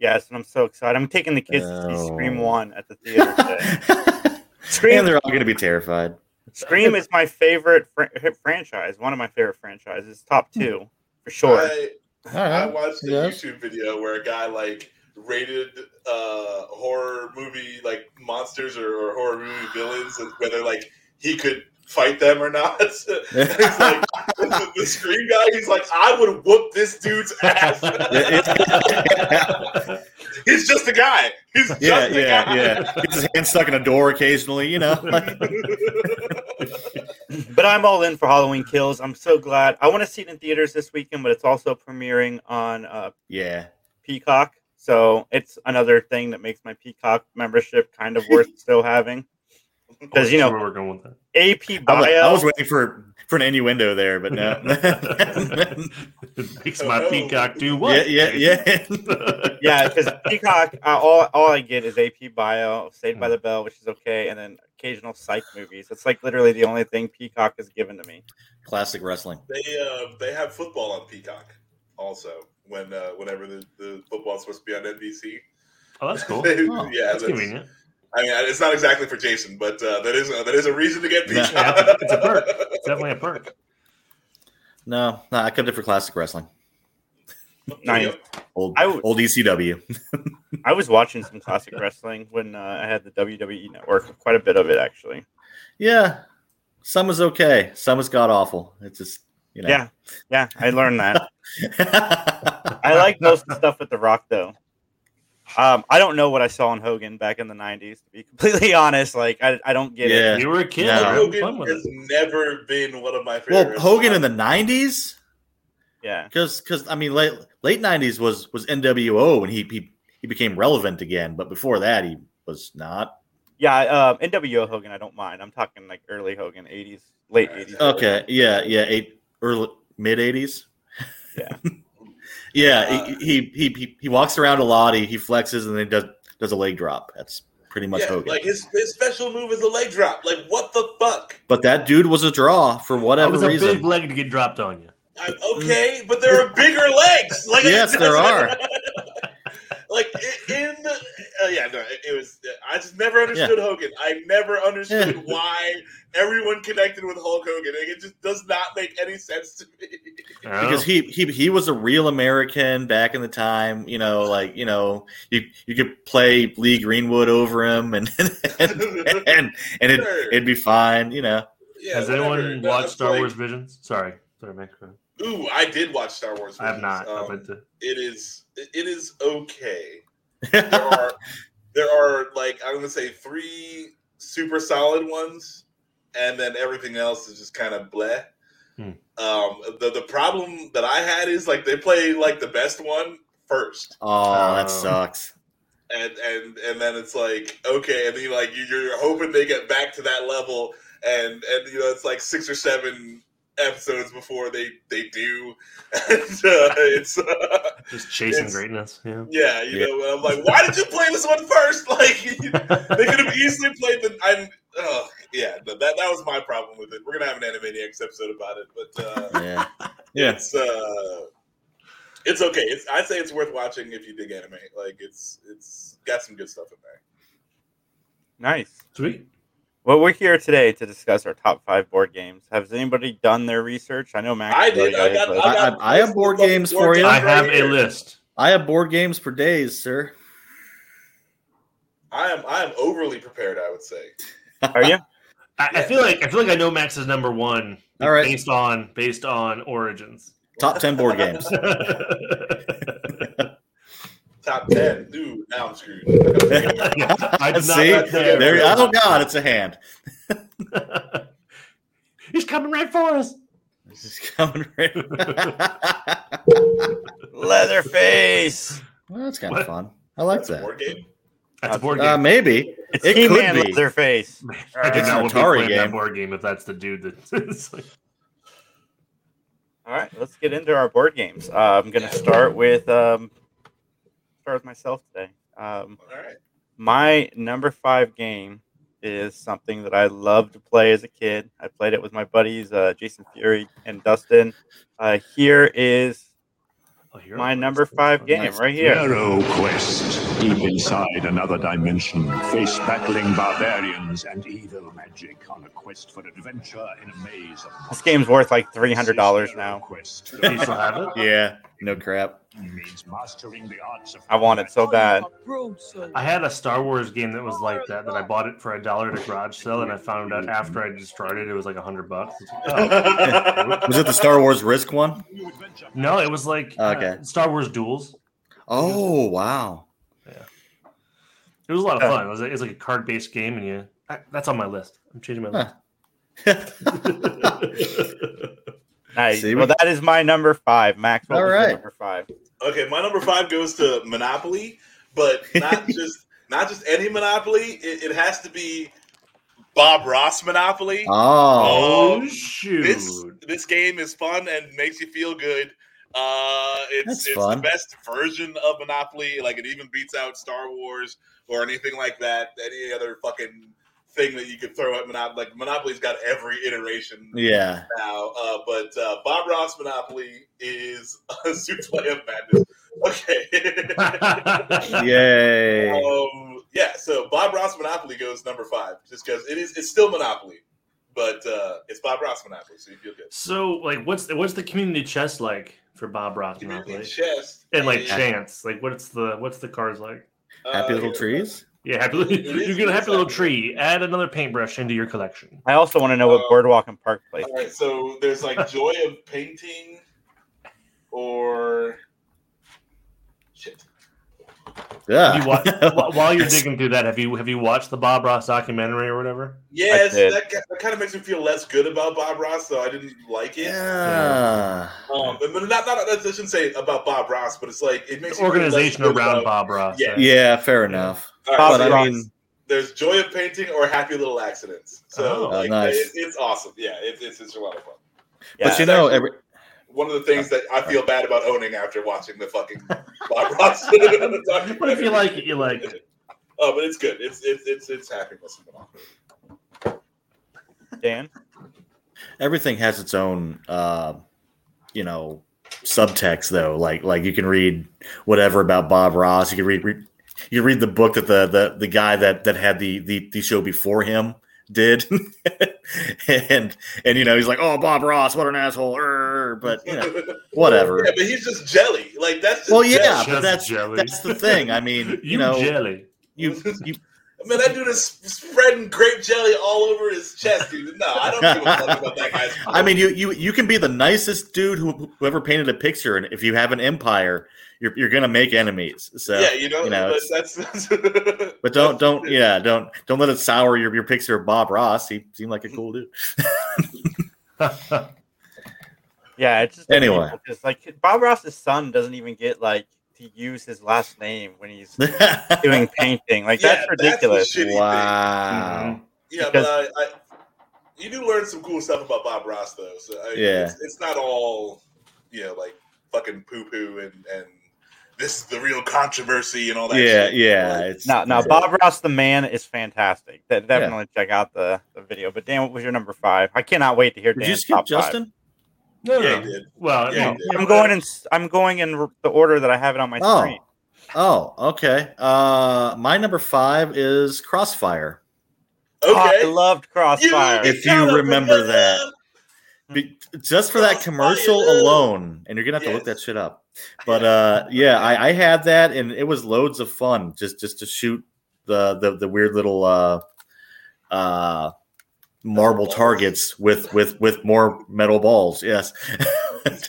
S4: Yes, and I'm so excited. I'm taking the kids to see Scream
S1: Oh.
S4: One at the theater today.
S1: and
S4: Scream
S1: they're all going to be terrified.
S4: Scream is my favorite fr- franchise. One of my favorite franchises. Top
S1: Hmm.
S4: two for sure.
S2: I,
S1: All
S2: I
S1: right.
S2: watched a
S1: Uh-huh. Yes.
S2: YouTube video where a guy like rated uh, horror movie like monsters or, or horror movie villains and whether like he could fight them or not. he's like the, the scream guy. He's like, I would whoop this dude's ass. he's just a guy. He's just
S1: Yeah,
S2: a
S1: yeah,
S2: guy.
S1: yeah. Gets his hand stuck in a door occasionally, you know.
S4: But I'm all in for Halloween Kills. I'm so glad. I want to see it in theaters this weekend, but it's also premiering on uh,
S1: yeah.
S4: Peacock. So it's another thing that makes my Peacock membership kind of worth still having. Because, you
S3: Sure
S4: know,
S3: where we're going with that.
S4: AP
S1: I uh, was,
S4: Bio.
S1: I was waiting for for an innuendo there, but no.
S3: it makes my peacock do
S1: yeah,
S3: what?
S1: yeah, yeah.
S4: yeah, because Peacock, uh, all, all I get is AP Bio, Saved by the Bell, which is okay, and then occasional psych movies. It's like literally the only thing Peacock has given to me.
S1: Classic wrestling.
S2: They uh, they have football on Peacock also when uh, whenever the, the football's supposed to be on NBC.
S3: Oh, that's cool.
S2: They-
S1: Oh,
S2: yeah,
S3: That's convenient.
S2: I mean, it's not exactly for Jason, but uh, that is that is a reason to get
S1: Yeah.
S2: Peacock.
S3: Yeah, it's a- it's a perk. It's definitely a perk.
S1: No, no, I kept it for classic wrestling.
S4: Nice.
S1: Old
S4: I w-
S1: old E ECW.
S4: I was watching some classic wrestling when uh, I had the WWE network, quite a bit of it, actually.
S1: Yeah. Some was okay. Some was god awful. It's just you know.
S4: Yeah, yeah, I learned that. I like most of the stuff with The Rock though. Um, I don't know what I saw in Hogan back in the '90s. To be completely honest, like I, I don't get
S1: Yeah.
S4: it.
S3: You were a kid.
S1: No.
S3: you were having fun
S2: Hogan
S3: with
S2: has
S3: it.
S2: never been one of my
S1: well,
S2: favorites.
S1: Hogan in the nineties?
S4: Yeah,
S1: Because because I mean late late nineties was was NWO and he, he he became relevant again, but before that he was not.
S4: yeah. Um, NWO Hogan, I don't mind. I'm talking like early Hogan, '80s, late '80s.
S1: Okay, yeah, yeah, eight early mid eighties.
S4: Yeah.
S1: yeah,
S2: Uh,
S1: he, he he he walks around a lot. He, he flexes and then does does a leg drop. That's pretty much
S2: yeah,
S1: Hogan.
S2: like his, his special move is a leg drop. Like what the fuck?
S1: but that dude was a draw for
S3: That
S1: whatever
S3: was a big
S1: reason.
S3: leg to get dropped on you.
S2: I, okay, but there are bigger legs. Like
S1: Mm. Yes, there are.
S2: like i- in, uh, yeah, no, it, it was. I just never understood Hogan. I never understood
S1: Yeah.
S2: why everyone connected with Hulk Hogan. Like, it just does not make any sense to me.
S3: I don't
S1: Because
S3: know.
S1: he, he he was a real American back in the time, you know, like you know, you you could play Lee Greenwood over him, and and and, and it,
S2: Sure.
S1: it'd be fine, you know.
S2: Yeah,
S3: has
S2: whatever.
S3: anyone
S2: No,
S3: watched
S2: it's
S3: Star
S2: like-
S3: Wars Visions? Sorry, sorry, man.
S2: Ooh, I did watch Star Wars.
S3: I have
S2: movies.
S3: not.
S2: Um,
S3: I meant to.
S2: it is it is okay. There are there are like I'm gonna say three super solid ones, and then everything else is just kind of bleh.
S3: Hmm.
S2: Um, the the problem that I had is like they play like the best one first,
S1: oh,
S3: Um,
S1: that sucks.
S2: and and and then it's like okay, and then you like you, you're hoping they get back to that level, and and you know it's like six or seven episodes before they they do, and uh, it's. Uh,
S3: Just chasing
S2: it's-
S3: greatness. Yeah.
S2: Yeah, you
S1: Yeah.
S2: know, and I'm like, why did you play this one first? Like, they could have easily played the. I'm, oh, yeah, no, that that was my problem with it. We're gonna have an Animaniacs episode about it, but uh,
S1: Yeah, yeah.
S2: it's uh, it's okay. It's I'd say it's worth watching if you dig anime. Like, it's it's got some good stuff in there.
S4: nice.
S3: Sweet.
S4: Well, we're here today to discuss our top five board games. Has anybody done their research? I know Max.
S2: I
S4: has already
S2: did. I
S4: his
S2: got.
S4: list.
S2: I, got
S1: I- I have board games for you.
S3: I
S2: right
S3: have a
S2: here.
S3: list.
S1: I have board games for days, sir.
S2: I am. I am overly prepared. I would say.
S4: Are you?
S3: I, I feel like I feel like I know Max is number one.
S1: All right.
S3: Based on based on Origins.
S1: Top ten board games.
S3: I
S2: Top ten, dude. Now I'm screwed.
S3: I did not
S1: See,
S3: let that-
S1: there, oh god, it's a hand.
S3: He's coming right for us.
S1: It's coming right.
S4: Leatherface.
S1: well, that's kind of fun. I like
S2: That's a
S1: that.
S2: board game.
S3: That's a board game.
S1: Uh, maybe
S4: It's
S1: It
S4: He Man
S1: could be.
S4: Leatherface.
S3: I do
S1: it's
S3: not
S1: an
S3: want to
S1: Atari
S3: play that
S1: game.
S3: board game if that's the dude that. it's like-
S4: All right, let's get into our board games. Uh, I'm gonna start with um, start with myself today. Um,
S2: All right.
S4: my number five game is something that I loved to play as a kid. I played it with my buddies uh, Jason Fury and Dustin. Uh, here is
S3: oh, here
S4: my
S3: it is.
S4: number five game
S1: Nice.
S4: right here.
S7: Hero Quest. Deep inside another dimension, face battling barbarians and evil magic on a quest for adventure in a maze of.
S4: This game's worth like three hundred dollars now.
S7: Quest
S3: Do you still have it?
S1: Yeah, no crap.
S7: means mastering the arts of.
S4: I want
S1: Oh,
S4: it so bad.
S3: I had a Star Wars game that was like that that I bought it for a dollar at a garage sale, and I found out after I destroyed it, it was like a hundred bucks. It's like, oh.
S1: Was it the Star Wars Risk one?
S3: No, it was like uh,
S1: Oh, Okay.
S3: Star Wars duels.
S1: Oh wow.
S3: It was a lot
S1: Oh.
S3: of fun. It was, it was like a card based game, and you I, that's on my list. I'm changing my
S1: Huh.
S3: list.
S4: Nice.
S1: See, we-
S4: well, that is my number five. Max, what
S1: All
S4: was your
S1: right.
S4: number five?
S2: Okay, my number five goes to Monopoly, but not just not just any Monopoly. It, it has to be Bob Ross Monopoly.
S1: Oh,
S3: oh
S2: Um,
S3: shoot!
S2: This this game is fun and makes you feel good. Uh, it's
S1: That's
S2: it's
S1: fun.
S2: the best version of Monopoly. Like it even beats out Star Wars or anything like that. Any other fucking thing that you could throw at Monopoly. Like Monopoly's got every iteration
S1: yeah.
S2: now, uh, but uh, Bob Ross Monopoly is a souffle of madness. Okay.
S1: Yay.
S2: um, yeah, so Bob Ross Monopoly goes number five just because it is it's still Monopoly, but uh, it's Bob Ross Monopoly, so you feel good.
S3: so, like, what's the, what's the community chess like for Bob Ross
S2: Community
S3: Monopoly?
S2: chess
S3: And like
S2: is,
S3: chance, like what's the what's the cards like?
S2: uh,
S1: Happy little
S2: yeah.
S1: trees.
S3: Yeah, happy,
S2: It is
S3: you're gonna happy little
S2: exactly-
S3: tree. Add another paintbrush into your collection.
S4: I also want to know
S2: Uh,
S4: what Boardwalk and Park Place.
S2: All right, so there's like Joy of Painting, or shit.
S1: Yeah.
S3: Have you
S1: Uh,
S3: wa- wh- while you're digging through that, have you have you watched the Bob Ross documentary or whatever?
S2: Yes,
S4: did.
S2: that, ki- that kind of makes me feel less good about Bob Ross, though I didn't like it.
S1: Yeah.
S2: Um, but but not, not, I shouldn't say about Bob Ross, but it's like it makes
S3: The
S2: you feel less
S3: organization
S2: good
S3: around
S2: about-
S3: Bob Ross.
S2: Yeah.
S1: Yeah. Fair enough.
S2: All right,
S4: Bob
S2: so
S1: But I
S4: Ross.
S1: mean,
S2: there's joy of painting or happy little accidents. So
S3: Oh,
S2: like,
S1: nice.
S2: it, it's awesome. Yeah, it, it's it's a lot of fun.
S1: but
S4: Yeah.
S1: you know,
S2: actually-
S1: every
S2: One of the things that I feel bad about owning after watching the fucking Bob Ross. documentary.
S3: What if you like it? You like it.
S2: Oh, but it's good. It's it's it's it's happiness. and all.
S4: Dan.
S1: everything has its own uh, you know subtext though like like you can read whatever about bob ross you can read, read you read the book that the, the the guy that that had the the, the show before him did and and you know he's like oh bob ross what an asshole er," but you know whatever
S2: Yeah, but he's just jelly. Like that's just
S1: well yeah
S2: jelly.
S1: but
S3: Just
S1: that's
S3: jelly.
S1: that's the thing i mean you,
S3: You,
S1: know
S3: jelly.
S1: you, you
S2: Man, that dude is spreading grape jelly all over his chest, dude. No, I don't give a fuck about that guy's.
S1: I mean, you you you can be the nicest dude who whoever painted a picture, and if you have an empire, you're you're gonna make enemies. So,
S2: yeah, you know,
S1: you know,
S2: but
S1: it's-
S2: that's, that's
S1: but don't don't yeah don't don't let it sour your, your picture of Bob Ross. He seemed like a cool dude.
S4: Yeah, it's just
S1: Anyway.
S4: because like Bob Ross's son doesn't even get like to use his last name when he's doing painting. Like
S2: Yeah, that's
S4: that's
S2: the
S4: ridiculous.
S2: shitty thing.
S1: wow.
S2: Yeah, but I, I, you do learn some cool stuff about Bob Ross, though. So I,
S1: Yeah.
S2: it's, it's not all you know, like fucking poo poo and and this is the real controversy and all that.
S1: Yeah,
S2: Mm-hmm. shit.
S1: yeah. It's
S4: No, no, Bob Ross the man is fantastic. De- definitely check out the, the video. But Dan, what was your number five? I cannot wait to hear
S1: Did
S4: Dan's
S1: you skip
S4: top five.
S1: Justin?
S3: No,
S2: Yeah,
S3: no.
S2: he did.
S3: Well,
S2: Yeah,
S3: yeah,
S2: he did.
S4: I'm going in. s- I'm going in r- the order that I have it on my
S1: Oh,
S4: screen.
S1: oh, okay. Uh, my number five is Crossfire.
S2: Okay.
S4: Oh, I loved Crossfire.
S1: If you remember that. Be, just for that
S2: Crossfire.
S1: commercial alone, and you're gonna have to look
S2: Yes.
S1: that shit up. But uh, yeah, I, I had that, and it was loads of fun just just to shoot the the, the weird little uh, uh, marble targets with with with more metal balls. Yes,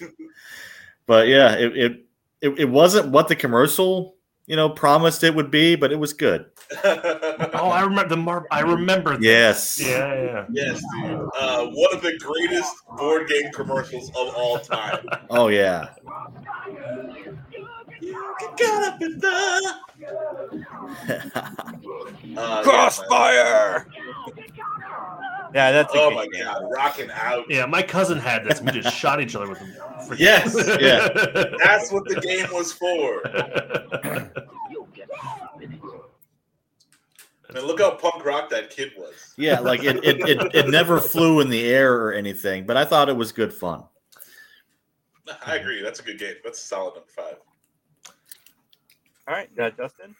S1: but yeah, it it, it it wasn't what the commercial you know promised it would be, but it was good.
S3: Oh, I remember the Mar- I remember. that.
S1: Yes.
S3: Yeah, yeah.
S2: yes, dude. Uh, one of the greatest board game commercials of all time. Uh,
S1: Oh yeah.
S2: you get caught up in the. Uh,
S6: Crossfire!
S4: Yeah, that's a
S2: Yeah, man. oh
S4: good
S2: my
S4: game.
S2: god, rocking out.
S3: Yeah, my cousin had this. We just shot each other with them.
S1: Yes,
S2: That's what the game was for. And look how punk rock that kid was.
S1: Yeah, like it, it, it, it never flew in the air or anything, but I thought it was good fun.
S2: I agree. That's a good game. That's a solid number five.
S4: All right, uh, Justin.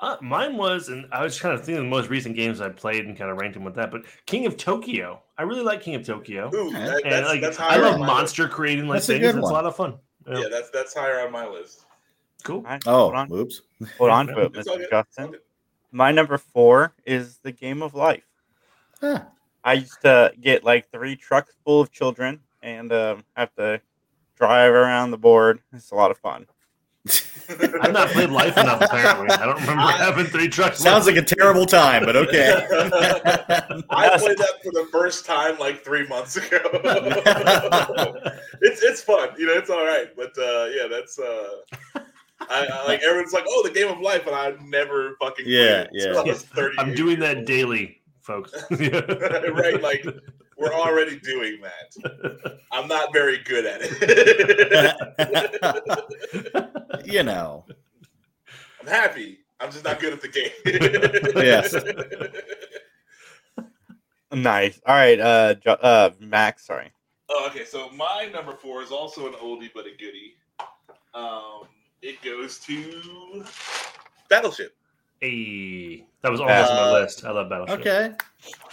S3: Uh, mine was, and I was kind of thinking of the most recent games I played and kind of ranked them with that. But King of Tokyo, I really like King of Tokyo,
S2: Ooh,
S1: Okay.
S2: that,
S3: and
S2: that's,
S3: like
S2: that's
S3: I
S2: higher
S3: love
S2: on my
S3: monster creating like
S1: That's a
S3: things.
S1: good
S3: It's a
S1: one.
S3: lot of fun. Yeah,
S2: List. Yeah, that's that's higher on my list.
S3: cool.
S4: All right, hold
S1: Oh,
S4: on,
S1: oops.
S4: hold on to it,
S2: It's all
S4: Mr.
S2: good.
S4: Justin. My number four is the game of life.
S1: Huh.
S4: I used to get like three trucks full of children and um, have to drive around the board. It's a lot of fun.
S3: I've not played Life enough. Apparently, I don't remember having three trucks.
S1: Sounds like a terrible time, but okay.
S2: I played that for the first time like three months ago. it's it's fun, you know. It's all right, but uh, yeah, that's uh, I, I like everyone's like, oh, the game of life, and I've never fucking played
S1: Yeah,
S2: it till I was 38
S3: I'm doing
S2: years
S3: that
S2: old.
S3: daily, folks.
S2: right? Like we're already doing that. I'm not very good at it.
S1: you know.
S2: I'm happy. I'm just not good at the game.
S1: Yes.
S4: Nice. All right, uh, Ju- uh, Max. Sorry.
S2: Oh, okay, so my number four is also an oldie but a goodie. Um, it goes to Battleship.
S3: hey, that was almost on my
S2: Uh,
S3: list. I love Battleship.
S1: Okay.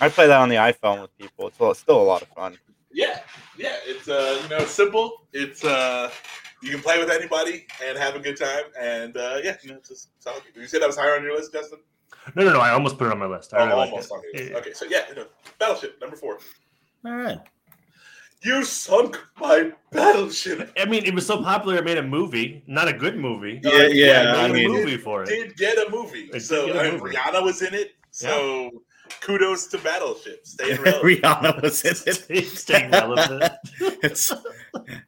S4: I play that on the iPhone with people. It's a- still a lot of fun.
S2: Yeah, yeah. It's uh, you know, it's simple. It's uh, you can play with anybody and have a good time. And uh, yeah, you know, it's just solid. You said that was higher on your list, Justin.
S3: No, no, no. I almost put it on my list. I
S2: Oh,
S3: really like
S2: almost
S3: it.
S2: on your list.
S3: Yeah.
S2: Okay, so yeah, no, Battleship number four.
S1: All right.
S2: You sunk my battleship.
S3: I mean, it was so popular. It made a movie, not a good movie.
S2: Yeah,
S3: but
S2: yeah,
S3: It
S2: I
S3: made a
S2: mean,
S3: movie for it.
S2: Did get a movie.
S3: It did
S2: so
S3: get a
S2: I mean,
S3: movie.
S2: Rihanna was in it. So kudos to Battleship. Staying relevant.
S1: Rihanna was in it.
S3: Staying relevant.
S1: It's,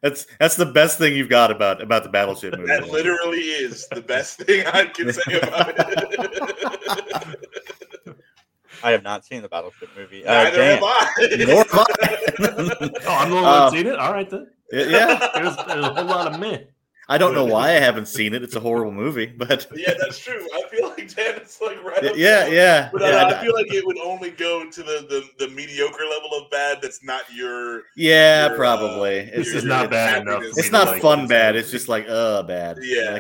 S1: that's that's the best thing you've got about about the battleship movie.
S2: That literally is the best thing I can say about it.
S4: I have not seen the Battleship movie. Uh,
S2: Neither
S4: Dan.
S2: have I.
S1: Nor have I.
S3: Oh, I'm the only
S1: Uh,
S3: one seen it. All right then.
S1: yeah,
S3: There's, there's a whole lot of men.
S1: I don't know why I haven't seen it. It's a horrible movie, but
S2: yeah, that's true. I feel like Dan is like right. up
S1: yeah,
S2: there.
S1: yeah.
S2: But uh,
S1: yeah,
S2: I, I feel like it would only go to the, the, the mediocre level of bad. That's not your.
S1: Yeah,
S2: your, uh,
S1: probably.
S3: This
S2: your-
S3: is not
S2: your
S3: bad enough
S2: happiness
S3: for
S1: It's
S3: me to
S1: not
S3: like
S1: fun
S3: this
S1: bad.
S3: movie.
S1: It's just like uh bad.
S2: Yeah.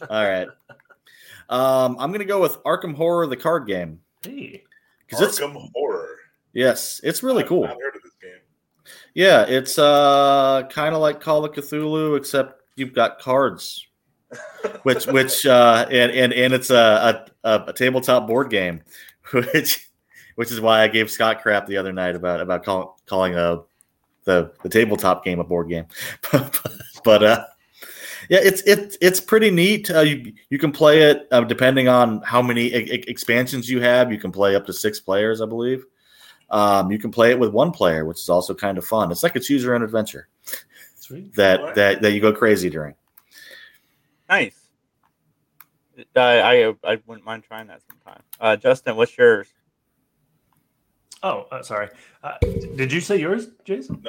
S1: Like, all right. Um, I'm gonna go with Arkham Horror, the card game,
S3: Hey,
S1: because it's
S2: Arkham horror.
S1: yes, it's really
S2: I've
S1: cool.
S2: not heard of this game.
S1: Yeah, it's uh kind of like Call of Cthulhu, except you've got cards, which which uh and and and it's a a, a tabletop board game, which which is why I gave Scott crap the other night about about call, calling a the the tabletop game a board game, but uh. Yeah, it's it's it's pretty neat. Uh, you you can play it uh, depending on how many e- e- expansions you have. You can play up to six players, I believe. Um, you can play it with one player, which is also kind of fun. It's like a choose your own adventure
S3: sweet.
S1: that
S2: Alright.
S1: that that you go crazy during.
S4: Nice. Uh, I I wouldn't mind trying that sometime. Uh, Justin, what's yours?
S3: Oh, uh, sorry. Uh, did you say yours, Jason?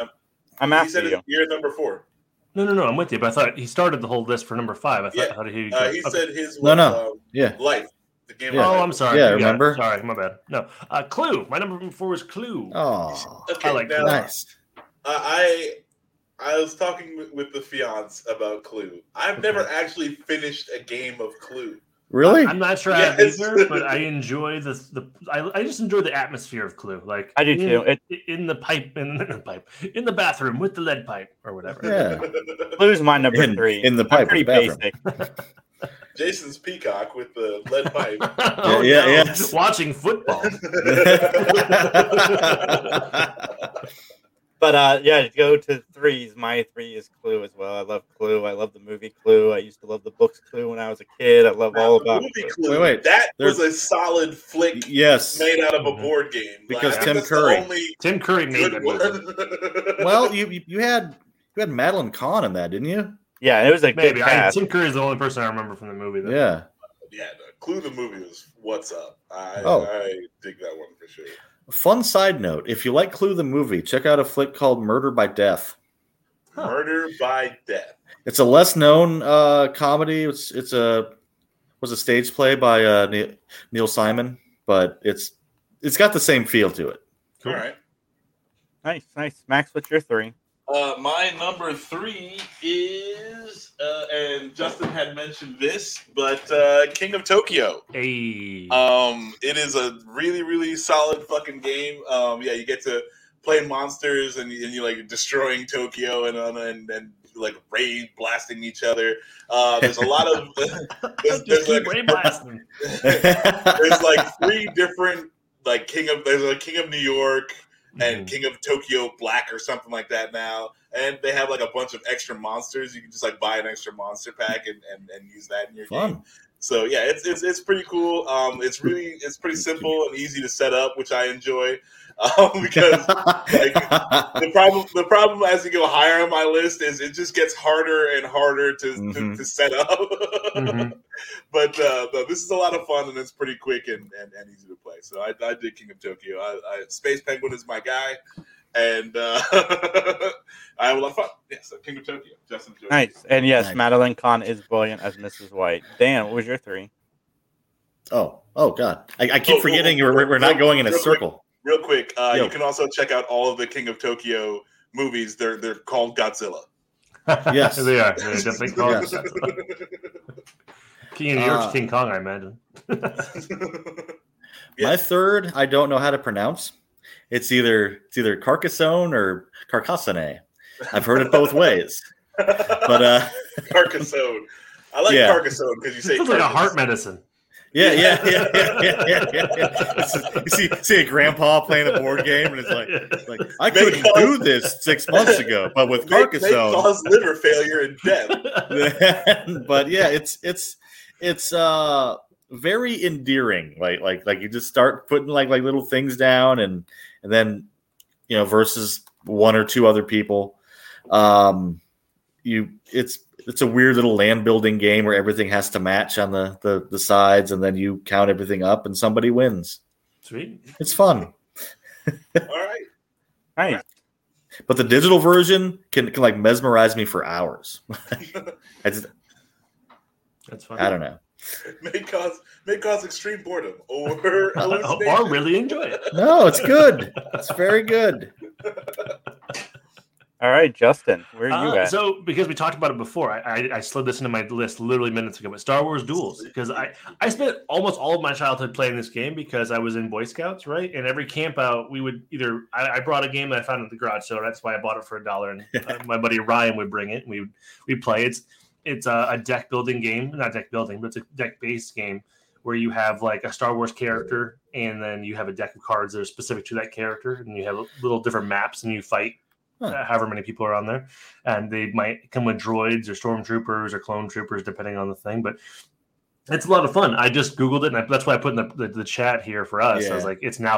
S4: I'm
S2: He
S4: after
S2: said
S4: you.
S2: it's year number four.
S3: No, no, no. I'm with you. But I thought he started the whole list for number five. I thought.
S2: Yeah.
S3: How did he?
S2: Uh, he
S3: okay.
S2: said his
S1: No,
S2: was
S1: no. Yeah.
S2: um, life. The game.
S1: Yeah.
S2: of
S3: Oh,
S2: life.
S3: I'm sorry.
S1: Yeah,
S3: You got it.
S1: remember?
S3: Sorry, my bad. No, uh, Clue. My number four was Clue.
S1: Oh,
S2: Okay,
S3: I like
S2: now,
S1: nice.
S2: Uh, I I was talking with, with the fiance about Clue. I've never actually finished a game of Clue.
S1: Really?
S3: I'm not sure I
S2: Yes.
S3: either, but I enjoy the the. I, I just enjoy the atmosphere of Clue. Like
S4: I do
S3: in-
S4: too. It
S3: In the pipe, in the pipe, in the bathroom with the lead pipe or whatever.
S1: Yeah.
S4: blues my number
S1: In-
S4: three.
S1: in the
S4: I'm
S1: pipe of
S4: pretty
S1: the bathroom.
S4: basic.
S2: Jason's peacock with the lead pipe.
S3: Oh,
S1: Yeah,
S3: no.
S1: yeah.
S3: Watching football.
S4: But uh, yeah, go to threes. My three is Clue as well. I love Clue. I love the movie Clue. I used to love the books Clue when I was a kid. I love all about
S2: Movie
S4: Clue.
S2: Clue,
S1: Wait, wait.
S2: That
S1: There's-
S2: was a solid flick
S1: Yes.
S2: made out of a
S3: Mhm.
S2: board game. Like,
S1: Because
S2: I think
S1: Tim
S2: that's
S1: Curry.
S2: The only
S3: Tim Curry made
S2: good
S3: that
S2: one.
S3: movie.
S1: Well, you you- you had you had Madeline Kahn in that, didn't you?
S4: Yeah, it was a good
S3: Maybe I,
S4: cast.
S3: Tim Curry is the only person I remember from the movie. Though.
S1: Yeah.
S2: yeah, no, Clue the movie was what's up. I,
S1: Oh.
S2: I dig that one for sure.
S1: Fun side note: If you like Clue the movie, check out a flick called Murder by Death.
S3: Huh.
S2: Murder by Death.
S1: It's a less known uh, comedy. It's it's a was a stage play by uh, Neil, Neil Simon, but it's it's got the same feel to it.
S3: Cool.
S2: All right.
S4: Nice, nice. Max, what's your three?
S2: Uh, my number three is, uh, and Justin had mentioned this, but uh, King of Tokyo.
S3: Hey.
S2: Um, it is a really, really solid fucking game. Um, yeah, you get to play monsters and, you- and you like destroying Tokyo and uh, and, and like raid blasting each other. Uh, there's a lot of there's, there's,
S3: Just
S2: like,
S3: keep Ray blasting.
S2: there's like three different like King of there's a King of New York, and
S3: Mhm.
S2: King of Tokyo Black or something like that now. And they have like a bunch of extra monsters. You can just like buy an extra monster pack and, and, and use that in your game.
S1: Fun.
S2: So yeah, it's, it's it's pretty cool. Um, it's really it's pretty simple and easy to set up, which I enjoy um, because the problem the problem as you go higher on my list is it just gets harder and harder to to,
S1: Mhm.
S2: to set up.
S3: Mhm.
S2: But uh, no, this is a lot of fun and it's pretty quick and, and, and easy to play. So I, I did King of Tokyo. I, I, Space Penguin is my guy, and uh, I will have fun. Yeah, so King of Tokyo, Justin. Enjoy.
S4: Nice. And yes,
S1: Nice.
S4: Madeline Kahn is brilliant as Mrs. White. Dan, what was your three?
S1: oh, oh God! I, I
S2: Oh,
S1: keep
S2: oh,
S1: forgetting
S2: oh,
S1: we're, we're
S2: oh,
S1: not going in a
S2: real quick.
S1: circle.
S2: Real quick, uh,
S1: Yo.
S2: you can also check out all of the King of Tokyo movies. They're they're called Godzilla.
S1: Mm-hmm. Yes.
S3: they are. They're definitely Kong.
S1: Yes.
S3: King of New York's
S1: Uh,
S3: King Kong, I imagine.
S1: My
S2: Yeah.
S1: third, I don't know how to pronounce. It's either it's either Carcassonne or Carcassonne. I've heard it both ways, but uh,
S2: Carcassonne. I like
S1: Yeah.
S2: Carcassonne because you say
S3: Sounds like a
S2: carcass.
S3: heart medicine.
S1: yeah, yeah, yeah, yeah, yeah, yeah, yeah. It's just- You see, see a grandpa playing a board game, and it's like, it's like I
S2: They
S1: couldn't
S2: call-
S1: do this six months ago, but with
S2: They- they
S1: Carcassonne,
S2: cause liver failure and death.
S1: but yeah, it's it's it's uh very endearing. Like like like you just start putting like like little things down, and and then you know versus one or two other people. Um, you it's it's a weird little land building game where everything has to match on the the, the sides, and then you count everything up, and somebody wins.
S3: Sweet.
S1: It's fun.
S2: All right.
S4: Nice.
S1: But the digital version can, can like mesmerize me for hours. I just
S3: That's funny.
S1: I don't know.
S2: May cause may cause extreme boredom or
S3: or
S2: hallucination.
S3: really enjoy it.
S1: No, it's good. It's very good.
S4: All right, Justin, where are
S3: Uh,
S4: you at?
S3: so, because we talked about it before, I, I, I slid this into my list literally minutes ago. But Star Wars Duels, because I I spent almost all of my childhood playing this game because I was in Boy Scouts, right? And every camp out, we would either I, I brought a game that I found at the garage sale. That's why I bought it for a dollar, and uh, my buddy Ryan would bring it. And we we play. It's it's a, a deck building game, not deck building, but it's a deck based game where you have like a Star Wars character, and then you have a deck of cards that are specific to that character, and you have little different maps, and you fight.
S1: Huh.
S3: uh, However many people are on there, and they might come with droids or stormtroopers or clone troopers depending on the thing but it's a lot of fun i just googled it and I, that's why i put in the, the, the chat here for us i was
S1: Yeah.
S3: like it's now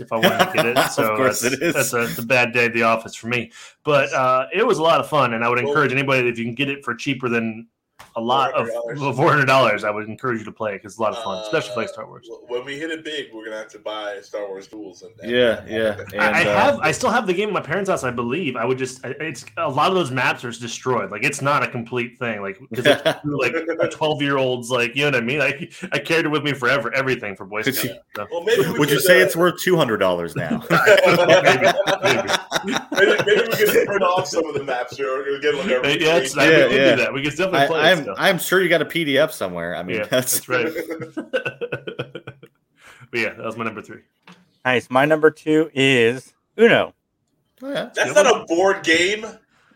S3: if i want to get it
S1: Of
S3: so
S1: course
S3: that's,
S1: it is.
S3: that's a, it's a bad day at the office for me but uh, it was a lot of fun and i would encourage anybody if you can get it for cheaper than a lot of
S2: $400.
S3: of $400 i would encourage you to play it because it's a lot of fun especially if you like star wars
S2: Uh, When we hit it big, we're gonna have to buy Star Wars duels and and-
S1: Yeah, yeah. And,
S3: I, I
S1: uh,
S3: have, I still have the game at my parents' house. I believe I would just. I- It's a lot of those maps are destroyed. Like it's not a complete thing. Like because
S1: uh,
S3: it's like a twelve-year-old's. Like you know what I mean. Like I carried it with me forever. Everything for Boy
S1: Could
S3: Scouts. So.
S2: Well, maybe we
S1: Would you
S2: could,
S1: say
S2: uh,
S1: it's worth two hundred dollars now?
S3: Maybe, maybe.
S2: maybe, maybe we could print off some of the maps or, or get like a
S3: But yeah, it's, I,
S1: Yeah,
S3: we could
S1: yeah.
S3: do that. We could
S1: I,
S3: definitely play. it
S1: I'm
S3: still.
S1: I'm sure you got a PDF somewhere. I mean,
S3: yeah,
S1: that's,
S3: that's right. but yeah, that was my number three.
S4: nice. My number two is Uno.
S1: Yeah.
S2: That's not a board game.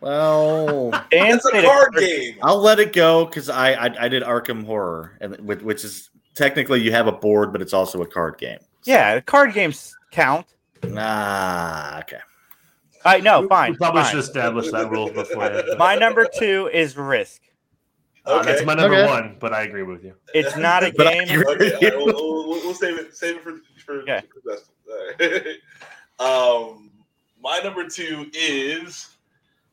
S1: Well,
S4: Dan
S2: That's a
S4: played it
S2: card
S4: first-
S2: game.
S1: I'll let it go because I, I I did Arkham Horror, and which, which is technically you have a board, but it's also a card game.
S4: Yeah, card games count.
S1: Ah, okay.
S4: I know, fine.
S3: We probably
S4: fine.
S3: should establish that rule beforehand.
S4: My number two is Risk.
S3: Uh,
S2: Okay.
S3: That's my number
S1: Okay.
S3: one, but I agree with you.
S4: It's not a
S1: But I
S4: game.
S1: agree.
S2: okay, all right, we'll, we'll, we'll- we'll save it. Save it for for,
S4: Okay.
S2: for Dustin. All right. um, my number two is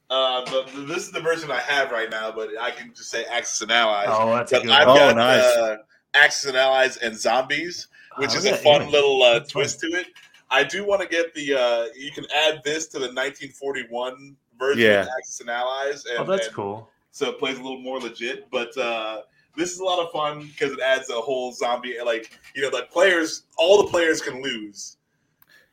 S2: uh, the, the- this is the version I have right now, but I can just say Axis and Allies.
S3: Oh, that's a
S2: But
S3: good
S2: I've
S3: one.
S1: Oh,
S2: got
S1: nice.
S2: uh, Axis and Allies and Zombies, which
S3: Oh,
S2: is
S3: yeah,
S2: a fun
S3: yeah.
S2: little uh,
S3: That's fun.
S2: twist to it. I do want to get the. Uh, you can add this to the 1941 version
S1: Yeah.
S2: of Axis and Allies, and,
S3: Oh, that's
S2: and
S3: cool.
S2: so it plays a little more legit. But uh, this is a lot of fun because it adds a whole zombie, like you know, the players, all the players can lose,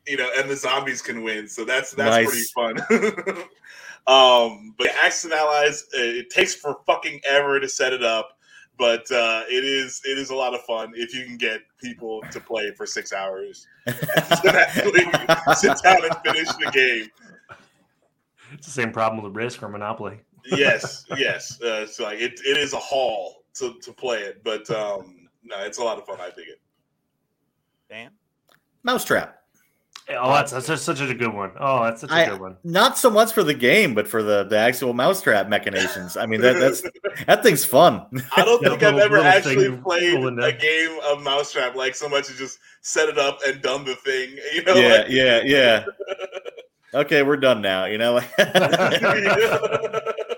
S2: you know, and the zombies can win. So that's that's
S1: Nice.
S2: pretty fun. um, but Axe and Allies, uh, it takes for fucking ever to set it up, but uh, it is it is a lot of fun if you can get people to play for six hours, actually sit down and finish the game.
S3: It's the same problem with Risk or Monopoly.
S2: yes, yes. Uh, it's like it, it is a haul to, to play it, but um, no, it's a lot of fun. I dig it.
S4: Dan?
S1: Mousetrap.
S2: Uh,
S3: Oh, that's, that's just such a good one. Oh, that's such a
S1: I-
S3: good one.
S1: Not so much for the game, but for the, the actual mousetrap machinations. I mean, that, that's that thing's fun.
S2: I don't
S3: Yeah,
S2: think
S3: little-
S2: I've ever
S3: little
S2: actually
S3: thing
S2: played
S3: pulling
S2: a
S3: that.
S2: game of Mousetrap like so much as just set it up and done the thing. You know,
S1: yeah,
S2: like-
S1: yeah, yeah. Okay, we're done now. You know,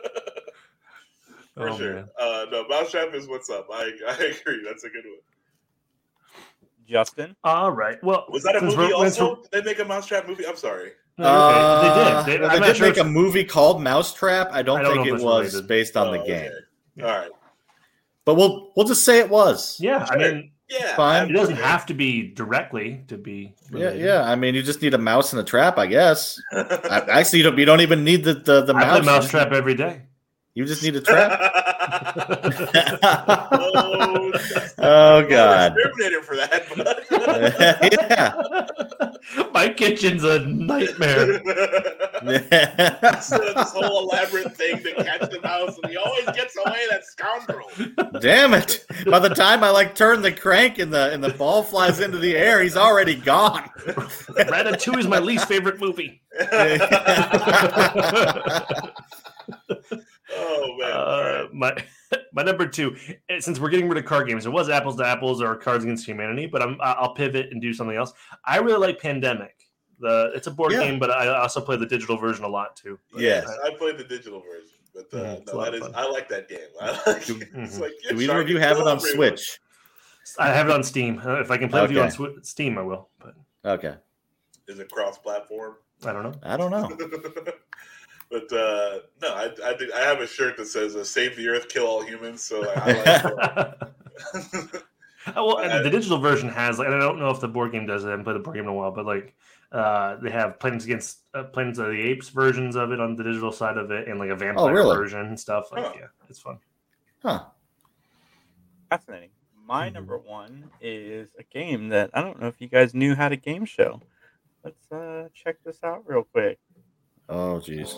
S2: for
S3: Oh,
S2: sure.
S3: man.
S2: Uh, no, Mousetrap is what's up. I, I agree. That's a good one.
S4: Justin?
S3: All right. Well,
S2: Was that a
S3: since
S2: movie
S3: we're- since
S2: also? Did they make a Mousetrap movie? I'm sorry.
S3: we're- no, you're okay. They did. They,
S1: Uh, well,
S3: I'm
S1: they
S3: not
S1: did
S3: sure
S1: make a
S3: if-
S1: movie called Mousetrap. I don't,
S3: I don't know
S1: think
S3: if
S1: it
S3: it's
S1: was
S3: related.
S1: based on the
S2: Oh,
S1: game,
S2: okay. All right.
S1: but we'll we'll just say it was.
S3: Yeah, I mean,
S2: Yeah.
S1: Fine.
S2: I'm-
S3: it doesn't have to be directly to be.
S1: Yeah,
S3: Related.
S1: yeah. I mean, you just need a mouse and a trap, I guess. I, actually, you don't. You don't even need the the, the
S3: I play
S1: mouse.
S3: Mousetrap every day.
S1: You just need a trap.
S2: oh,
S1: oh God.
S2: Terminator for that.
S1: yeah.
S3: My kitchen's a nightmare.
S2: but- Set up this whole elaborate thing to catch the mouse, and he always gets away. That scoundrel.
S1: Damn it! By the time I like turn the crank and the and the ball flies into the air, he's already gone.
S3: Ratatouille is my least favorite movie.
S2: oh man.
S3: Uh, my my number two, eh, since we're getting rid of card games, it was apples to apples or Cards Against Humanity, but I'm, I- I'll pivot and do something else. I really like Pandemic. The it's a board
S1: Yeah.
S3: game, but I also play the digital version a lot too. But
S1: Yes.
S3: I-
S2: I played the digital version, but
S3: Yeah,
S2: uh,
S3: it's a
S2: no,
S3: lot
S2: that
S3: of
S2: is
S3: fun.
S2: I like that game. I like it. It's
S3: Mhm.
S2: like,
S1: Do
S2: you're
S1: either
S2: trying
S1: of you
S2: to
S1: have it
S2: kill
S1: on
S2: everyone.
S1: Switch?
S3: I have it on Steam. Uh, If I can play with you on
S1: Okay.
S3: Swi- Steam, I will. But
S1: Okay,
S2: Is it cross-platform?
S3: I don't know.
S1: I don't know.
S2: but uh, no, I, I think I have a shirt that says uh, "Save the Earth, Kill All Humans." So like, I
S3: Oh, well,
S2: Uh,
S3: and the digital version has like, and I don't know if the board game does it. I haven't played the board game in a while, but like, uh, they have Planes Against uh, Planes of the Apes versions of it on the digital side of it, and like a vampire
S1: really?
S3: version and stuff. Like,
S2: Huh.
S3: yeah, it's fun.
S1: Huh?
S4: Fascinating. My
S1: Mm-hmm.
S3: Mhm.
S4: number one is a game that I don't know if you guys knew had a game show. Let's uh, check this out real quick.
S1: Oh, jeez.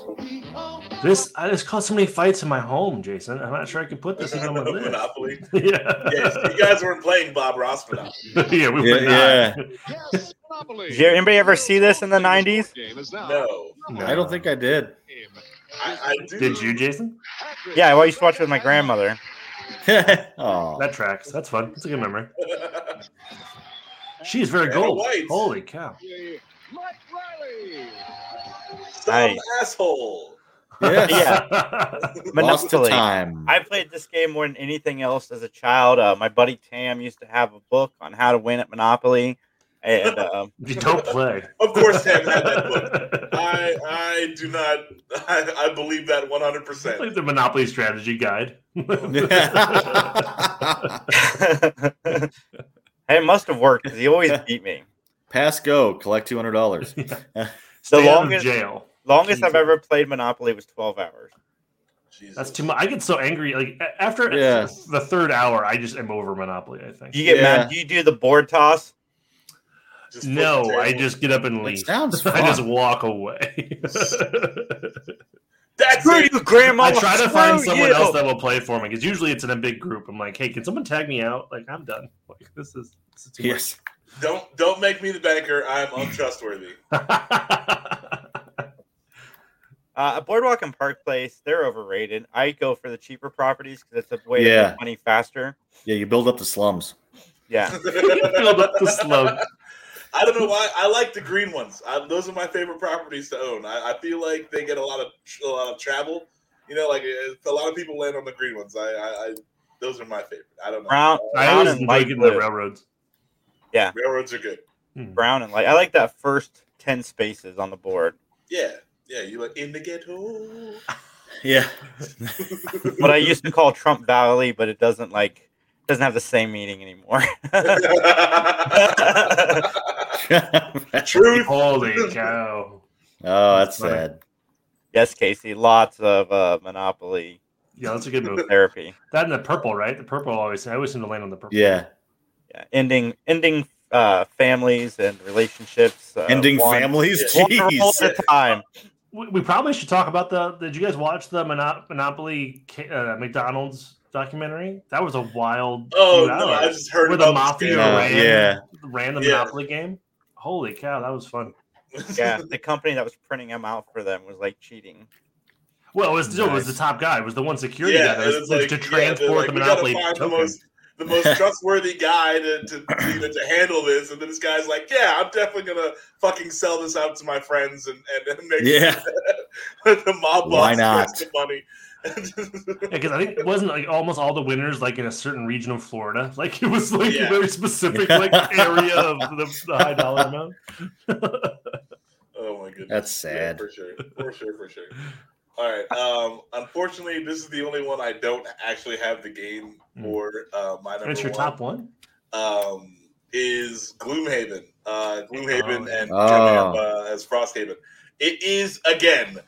S3: This I just caused so many fights in my home, Jason. I'm not sure I could put this in my
S2: like
S3: list.
S2: Monopoly.
S3: yeah,
S2: Yes, you guys weren't playing Bob Ross Monopoly.
S3: yeah, we
S1: Yeah,
S3: were
S1: yeah.
S3: not.
S8: Yes, Monopoly.
S4: Did you- anybody ever see this in the 90s?
S8: Game is now
S2: No,
S3: No.
S1: I don't think I did.
S8: game.
S2: I, I do.
S3: Did you, Jason?
S8: Patrick,
S4: Yeah, I used to watch it with my grandmother.
S1: oh,
S3: That tracks. That's fun. That's a good memory. She's very
S2: And
S3: gold.
S2: whites.
S3: Holy cow!
S8: Mike Riley.
S2: Some
S4: Nice.
S2: asshole.
S1: yes.
S3: Yeah.
S1: Lost to
S4: Monopoly.
S1: time.
S4: I played this game more than anything else as a child. Uh, my buddy Tam used to have a book on how to win at Monopoly, and um,
S3: you don't play.
S2: Of course, Sam had that book. I I do not. I, I believe that one hundred
S3: It's like
S2: percent.
S3: the Monopoly strategy guide.
S4: it must have worked because he always beat me.
S1: Pass go. Collect two hundred dollars.
S3: Stay out of
S4: longest-
S3: jail.
S4: Longest I've
S3: Jesus.
S4: ever played Monopoly was twelve hours.
S3: That's too much. I get so angry. Like a- after
S1: Yes.
S3: the third hour, I just am over Monopoly. I think.
S4: You get
S1: Yeah.
S4: mad. You do the board toss.
S3: no, I just get up and
S1: It
S3: leave.
S1: sounds fun.
S3: I just walk away.
S2: That's
S4: Screw
S2: it.
S4: you, Grandma.
S3: I try to find
S4: Screw
S3: someone
S4: you.
S3: else that will play for me because usually it's in a big group. I'm like, hey, can someone tag me out? Like, I'm done. Like, this is, this is too
S1: yes.
S2: Don't don't make me the banker. I'm untrustworthy.
S3: much.
S4: Uh, a Boardwalk and Park Place, they're overrated. I go for the cheaper properties because it's a way to
S1: Yeah.
S4: make money faster.
S1: Yeah, you build up the slums.
S4: Yeah.
S3: Build up the slope.
S2: I don't know why. I like the green ones. I, those are my favorite properties to own. I, I feel like they get a lot of a lot of travel. You know, like uh, a lot of people land on the green ones. I, I, I those are my favorite. I don't know. Uh,
S4: Brown,
S3: I
S4: brown
S3: always
S4: and
S3: enjoy
S4: light
S3: getting the
S4: blue.
S3: railroads. Hmm.
S2: Railroads are good.
S4: brown and light. I like that first 10 spaces on the board.
S2: Yeah, yeah. You like in the ghetto?
S1: Yeah.
S4: What I used to call Trump Valley, but it doesn't like doesn't have the same meaning anymore.
S2: Truth.
S3: Holy cow.
S1: oh, that's
S3: Funny.
S1: sad.
S4: yes, Casey, lots of uh, Monopoly
S3: Yeah, that's a good move.
S4: therapy.
S3: That and the purple, right? The purple always, I always seem to land on the purple.
S1: Yeah.
S4: Yeah. Ending ending uh, families and relationships. Uh,
S1: Ending
S4: one-
S1: families.
S4: One roll
S1: Jeez.
S4: at a time.
S3: We, we probably should talk about the. Did you guys watch the Mono- Monopoly ca- uh, McDonald's documentary? That was a wild.
S2: Oh
S3: few
S2: no! I
S3: hours.
S2: just heard
S3: Where the
S2: about
S3: mafia
S2: this
S1: Uh,
S3: ran,
S1: yeah.
S3: ran the
S2: Yeah.
S3: Monopoly game. Holy cow, that was fun.
S2: game.
S4: Yeah, the company that was printing them out for them was like cheating.
S3: Well, it was, no, it was the
S1: Nice.
S3: top guy. It was the one security
S2: Yeah,
S3: guy that was,
S2: it was
S3: was
S2: like-
S3: to
S2: yeah, they're
S3: transport
S2: like,
S3: the
S2: "We gotta
S3: Monopoly
S2: find the
S3: token.
S2: most- the most trustworthy guy to, to, to, you know, to handle this. And then this guy's like, yeah, I'm definitely going to fucking sell this out to my friends and, and, and make
S1: Yeah.
S2: the mob
S1: Why
S2: boss
S1: not?
S2: gets the money.
S3: Because I think it wasn't like almost all the winners like in a certain region of Florida. Like it was like
S2: Yeah.
S3: a very specific like area of the, the high dollar amount.
S2: oh, my goodness.
S1: That's
S2: Yeah,
S1: sad.
S2: for sure. For sure. For sure. All right. Um, unfortunately, this is the only one I don't actually have the game
S3: Hmm.
S2: for. Uh, my number
S3: And it's your
S2: one.
S3: top one.
S2: um, is Gloomhaven. Uh, Gloomhaven
S3: Oh.
S2: and
S1: Oh.
S2: Jem'Hadar, uh, as Frosthaven. It is again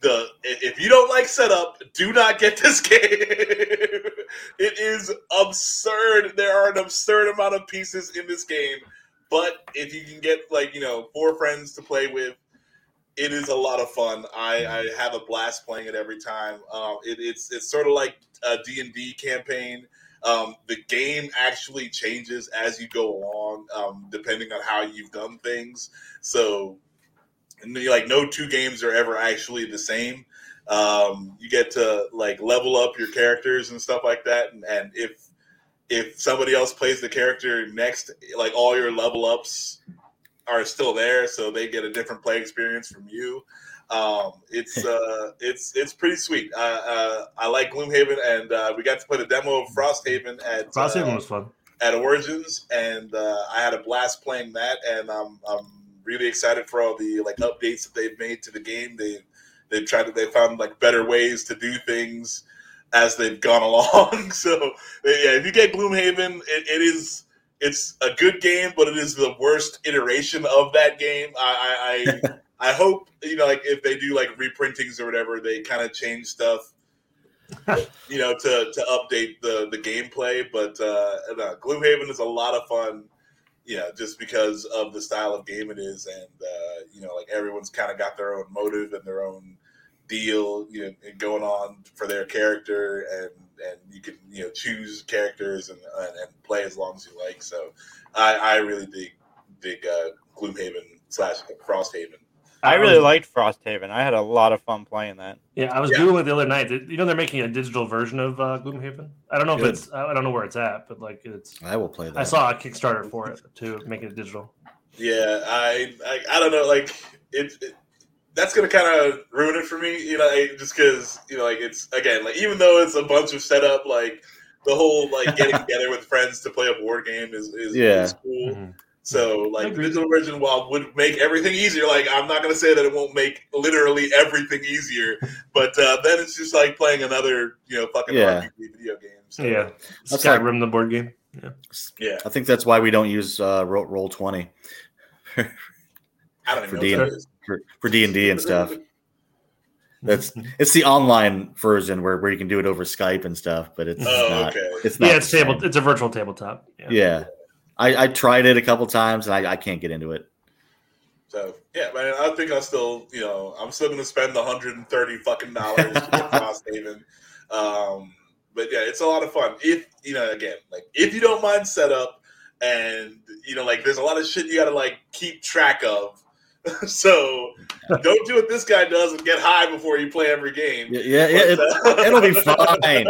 S2: the i- if you don't like setup, do not get this game. it is absurd. There are an absurd amount of pieces in this game, but if you can get like you know four friends to play with. It is a lot of fun. I, I have a blast playing it every time. Um, it, it's it's sort of like d and D campaign, um, the game actually changes as you go along, um, depending on how you've done things. So, and you're like, no two games are ever actually the same. Um, you get to like level up your characters and stuff like that, and, and if if somebody else plays the character next, like all your level ups are still there, so they get a different play experience from you. Um, it's uh, it's it's pretty sweet. Uh, uh, I like Gloomhaven, and uh, we got to play the demo of Frosthaven at
S3: Frosthaven
S2: uh,
S3: was fun.
S2: at Origins, and uh, I had a blast playing that. And I'm I'm really excited for all the like updates that they've made to the game. They they've tried to they found like better ways to do things as they've gone along. so yeah, if you get Gloomhaven, it, it is it's a good game, but it is the worst iteration of that game. I I. I I hope you know, like if they do like reprintings or whatever, they kind of change stuff you know, to to update the the gameplay. But uh, no, Gloomhaven is a lot of fun, you know, just because of the style of game it is, and uh, you know, like everyone's kind of got their own motive and their own deal, you know, and going on for their character, and and you can you know choose characters and and, and play as long as you like. So I I really dig dig uh, Gloomhaven slash Frosthaven.
S4: I really
S3: Um,
S4: liked Frosthaven. I had a lot of fun playing that.
S3: Yeah, I was
S2: Yeah.
S3: googling it the other night. You know they're making a digital version of uh, Gloomhaven. I don't know
S1: Good.
S3: if it's. I don't know where it's at, but like it's.
S1: I will play that.
S3: I saw a Kickstarter for it to make it digital.
S2: Yeah, I, I I don't know. Like it, it that's gonna kind of ruin it for me. You know, like, just because you know, like it's again, like even though it's a bunch of setup, like the whole like getting together with friends to play a board game is is,
S1: Yeah.
S2: is cool.
S3: Mhm.
S2: So like the
S3: Agreed.
S2: digital version, while would make everything easier, like I'm not gonna say that it won't make literally everything easier, but uh, then it's just like playing another you know fucking
S1: Yeah.
S2: RPG video game. So,
S3: Yeah,
S1: That's like-
S3: Skyrim, the board game.
S2: yeah.
S1: I think that's why we don't use uh, roll, roll twenty
S2: I don't even
S1: For
S2: know what
S1: D&D.
S2: that is.
S1: for for D and D and stuff. That's it's the online version where, where you can do it over Skype and stuff, but it's
S2: Oh,
S1: not.
S2: okay.
S1: It's not.
S3: yeah,
S1: the
S3: it's table.
S1: same.
S3: It's a virtual tabletop. Yeah.
S1: Yeah, I, I tried it a couple times and I, I can't get into it.
S2: So yeah, man, I think I still, you know, I'm still gonna spend 130 fucking dollars to get Frosthaven. Um, but yeah, it's a lot of fun. If you know, again, like if you don't mind setup, and you know, like there's a lot of shit you gotta like keep track of. so don't do what this guy does and get high before you play every game.
S1: Yeah, yeah, yeah it, it'll be fine.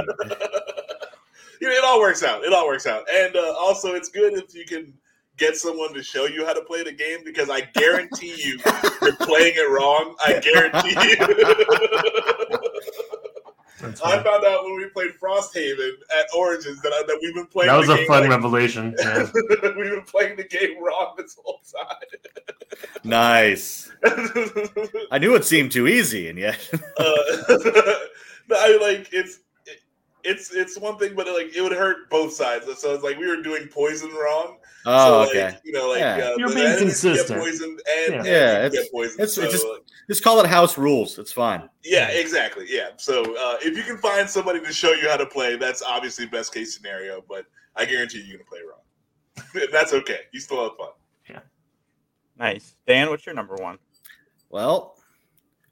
S2: You know, it all works out. It all works out. And uh, also, it's good if you can get someone to show you how to play the game because I guarantee you, you're playing it wrong. I guarantee you.
S3: That's
S2: Oh, I
S3: fine.
S2: found out when we played Frosthaven at Origins that, I, that we've been playing.
S3: That was
S2: the
S3: a
S2: game
S3: fun
S2: like-
S3: revelation. Yeah.
S2: we've been playing the game wrong this whole time.
S1: Nice. I knew it seemed too easy, and yet
S2: uh, no, I like it's it- it's it's one thing, but like it would hurt both sides. So it's like we were doing poison wrong.
S1: oh,
S2: so, like,
S1: okay.
S2: You know, like
S1: Yeah.
S2: uh,
S3: You're
S2: the
S3: being
S2: enemies get
S3: consistent.
S2: poisoned and
S3: Yeah.
S2: and
S1: Yeah,
S2: you
S1: it's-
S2: get poisoned.
S1: it's- it's
S2: so,
S1: just-
S2: like,
S1: Just call it house rules. It's fine.
S2: yeah, exactly. Yeah. So uh, if you can find somebody to show you how to play, that's obviously best case scenario. But I guarantee you're gonna play wrong. that's okay. You still have fun.
S4: Nice. Dan, what's your number one?
S1: Well,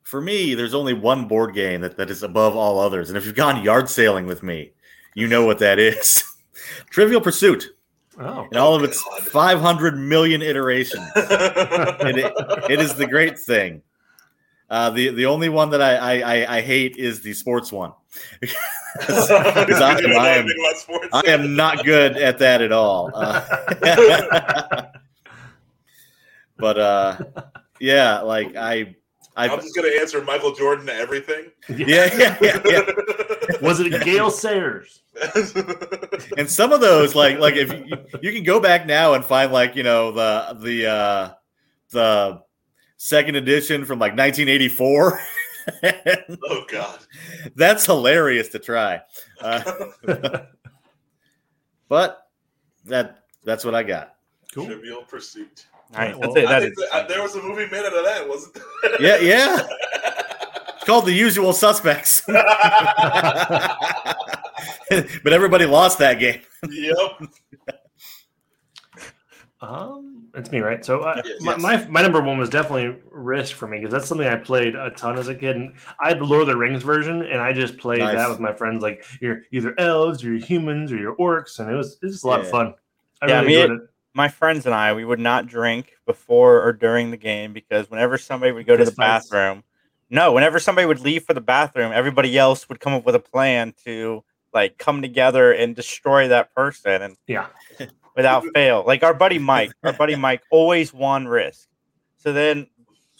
S1: for me, there's only one board game that, that is above all others, and if you've gone yard sailing with me, you know what that is. Trivial Pursuit
S3: Oh,
S1: in all of its
S2: God.
S1: 500 million iterations. it, it is the great thing. Uh, the the only one that I, I, I, I hate is the sports one.
S2: Because
S1: I am- I am- I am not good at that at all. Uh, but uh, yeah, like I, I
S2: I'm just gonna answer Michael Jordan to everything.
S1: yeah, yeah, yeah, yeah.
S3: was it Gail Sayers?
S1: And some of those, like like if you, you can go back now and find like you know the the uh, the second edition from like 1984.
S2: oh God.
S1: That's hilarious to try. Uh, but that that's what I got.
S3: Cool.
S2: Trivial Pursuit.
S4: Nice.
S3: well,
S4: That's it.
S2: I
S4: That
S2: think
S4: is.
S2: that- I- there was a movie made out of that, wasn't there?
S1: Yeah, yeah. It's called The Usual Suspects. but everybody lost that game.
S2: yep.
S3: Um, it's me, right? So uh,
S2: Yes,
S3: my,
S2: yes.
S3: my my number one was definitely Risk for me because that's something I played a ton as a kid. And I had the Lord of the Rings version, and I just played
S1: Nice.
S3: that with my friends. Like you're either elves, or you're humans, or you're orcs, and it was it's just a lot
S1: Yeah.
S3: of fun. I
S4: Yeah, I
S3: really
S4: mean,
S3: enjoyed it.
S4: My friends and I, we would not drink before or during the game because whenever somebody would go to the
S3: Fist fights.
S4: bathroom, no, whenever somebody would leave for the bathroom, everybody else would come up with a plan to like come together and destroy that person and
S3: Yeah,
S4: without fail. Like our buddy Mike, our buddy Mike always won risk. So then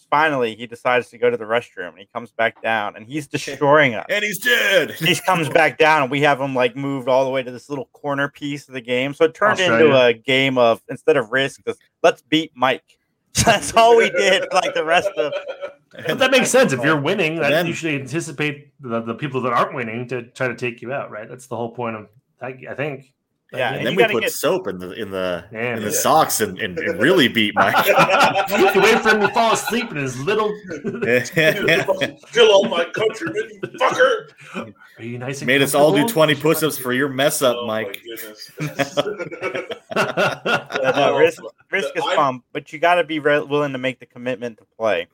S4: finally he decides to go to the restroom and he comes back down and he's destroying us.
S1: And he's dead.
S4: He comes back down and we have him like moved all the way to this little corner piece of the game. So it turned into
S3: Australia.
S4: a game of instead of risk, it's, let's beat Mike. That's all we did. Like the rest of
S3: but that makes sense. If you're winning, that
S1: Then-
S3: you should anticipate the, the people that aren't winning to try to take you out. Right? That's the whole point of I, I think.
S4: yeah.
S1: And
S4: And
S1: then
S4: you
S1: we
S4: gotta
S1: put
S4: get
S1: soap in the in the
S3: Yeah,
S1: in the
S3: yeah.
S1: socks and, and, and really beat Mike.
S3: you can wait for him to fall asleep in his little.
S2: Kill all my countrymen, you fucker.
S3: Are you nice? And
S1: Made us all do
S3: comfortable?
S1: 20 push-ups for your mess up,
S2: Oh, my
S1: Mike.
S2: goodness. Oh,
S4: no, no, uh, risk risk is
S2: I'm-
S4: fun, but you got to be re- willing to make the commitment to play.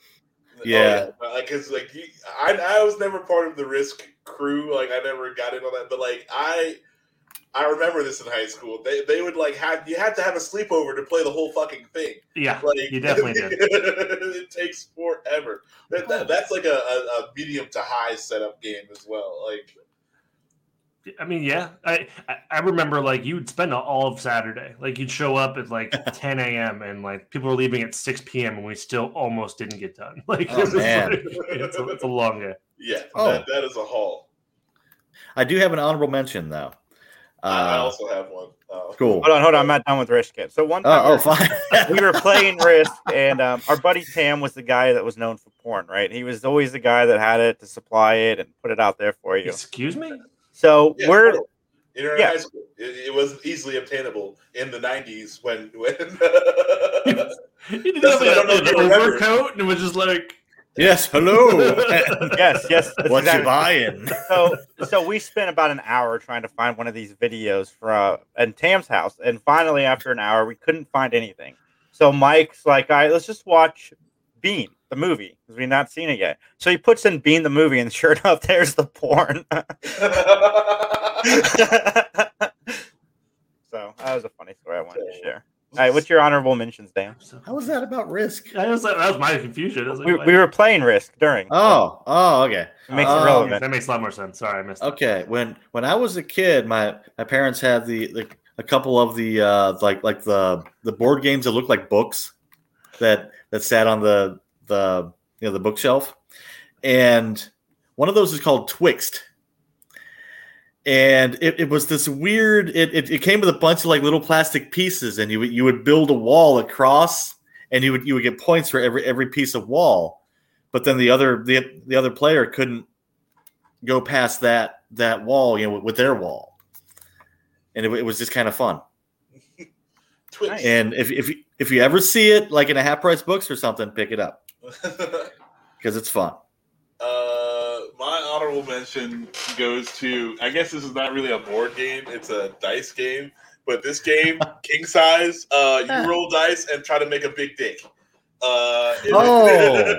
S1: Yeah.
S2: Oh, yeah. Like, cause like you, I, I was never part of the risk crew. Like, I never got in on that. But like, I, I remember this in high school. They, they would like have you had to have a sleepover to play the whole fucking thing.
S3: yeah,
S2: Like,
S3: you definitely did.
S2: it takes forever. That, that, that's like a, a, a medium to high setup game as well. Like,
S3: I mean, yeah. I I- I remember like you'd spend all of Saturday. Like you'd show up at like 10 a.m. and like people were leaving at 6 p.m. and we still almost didn't get done. Like,
S1: Oh,
S3: it was
S1: man.
S3: like- it's, a, it's a long day.
S2: yeah,
S1: Oh.
S2: that, that is a haul.
S1: I do have an honorable mention though.
S2: I, I
S1: Uh,
S2: also have one. Uh,
S1: cool.
S4: Hold on, hold on. I'm not done with risk yet. So one time we
S1: Oh, oh,
S4: were-
S1: fine.
S4: we were playing Risk, and um, our buddy Tam was the guy that was known for porn, right? He was always the guy that had it to supply it and put it out there for you.
S3: Excuse me?
S4: So
S2: Yeah,
S4: we're
S2: total. Internet
S4: Yeah.
S2: high school. It, it was easily obtainable in the '90s when when.
S3: You didn't
S2: That's
S3: have
S2: what I don't know
S3: like,
S2: if
S3: an
S2: you remember.
S3: overcoat and was just like,
S1: yes, hello.
S4: yes, yes. that's
S1: what you
S4: exactly-
S1: buying?
S4: So so we spent about an hour trying to find one of these videos from and Tam's house, and finally after an hour we couldn't find anything. So Mike's like, "All right, let's just watch Bean the movie because we've not seen it yet." So he puts in Bean the movie, and sure enough, there's the porn. so that was a funny story I wanted to share. All right, what's your honorable mentions, Dan?
S1: How was that about risk?
S3: I was like, that was my confusion. I was like,
S4: We,
S3: why-
S4: we were playing Risk during.
S1: Oh, oh, okay.
S4: It makes
S1: Um,
S4: it relevant.
S3: That makes a lot more sense. Sorry, I missed.
S1: Okay, when when I was a kid, my my parents had the, the a couple of the uh, like like the the board games that looked like books that that sat on the the you know the bookshelf, and one of those is called Twixt, and it, it was this weird. It, it it came with a bunch of like little plastic pieces, and you would you would build a wall across, and you would you would get points for every every piece of wall, but then the other the the other player couldn't go past that that wall, you know, with, with their wall, and it, wa- it was just kind of fun.
S2: Twitch.
S1: And if if you- if you ever see it, like in a half price books or something, pick it up because it's fun.
S2: uh, my honorable mention goes to. I guess this is not really a board game; it's a dice game. But this game, king size, uh, you roll dice and try to make a big dick. Uh, it-
S1: Oh.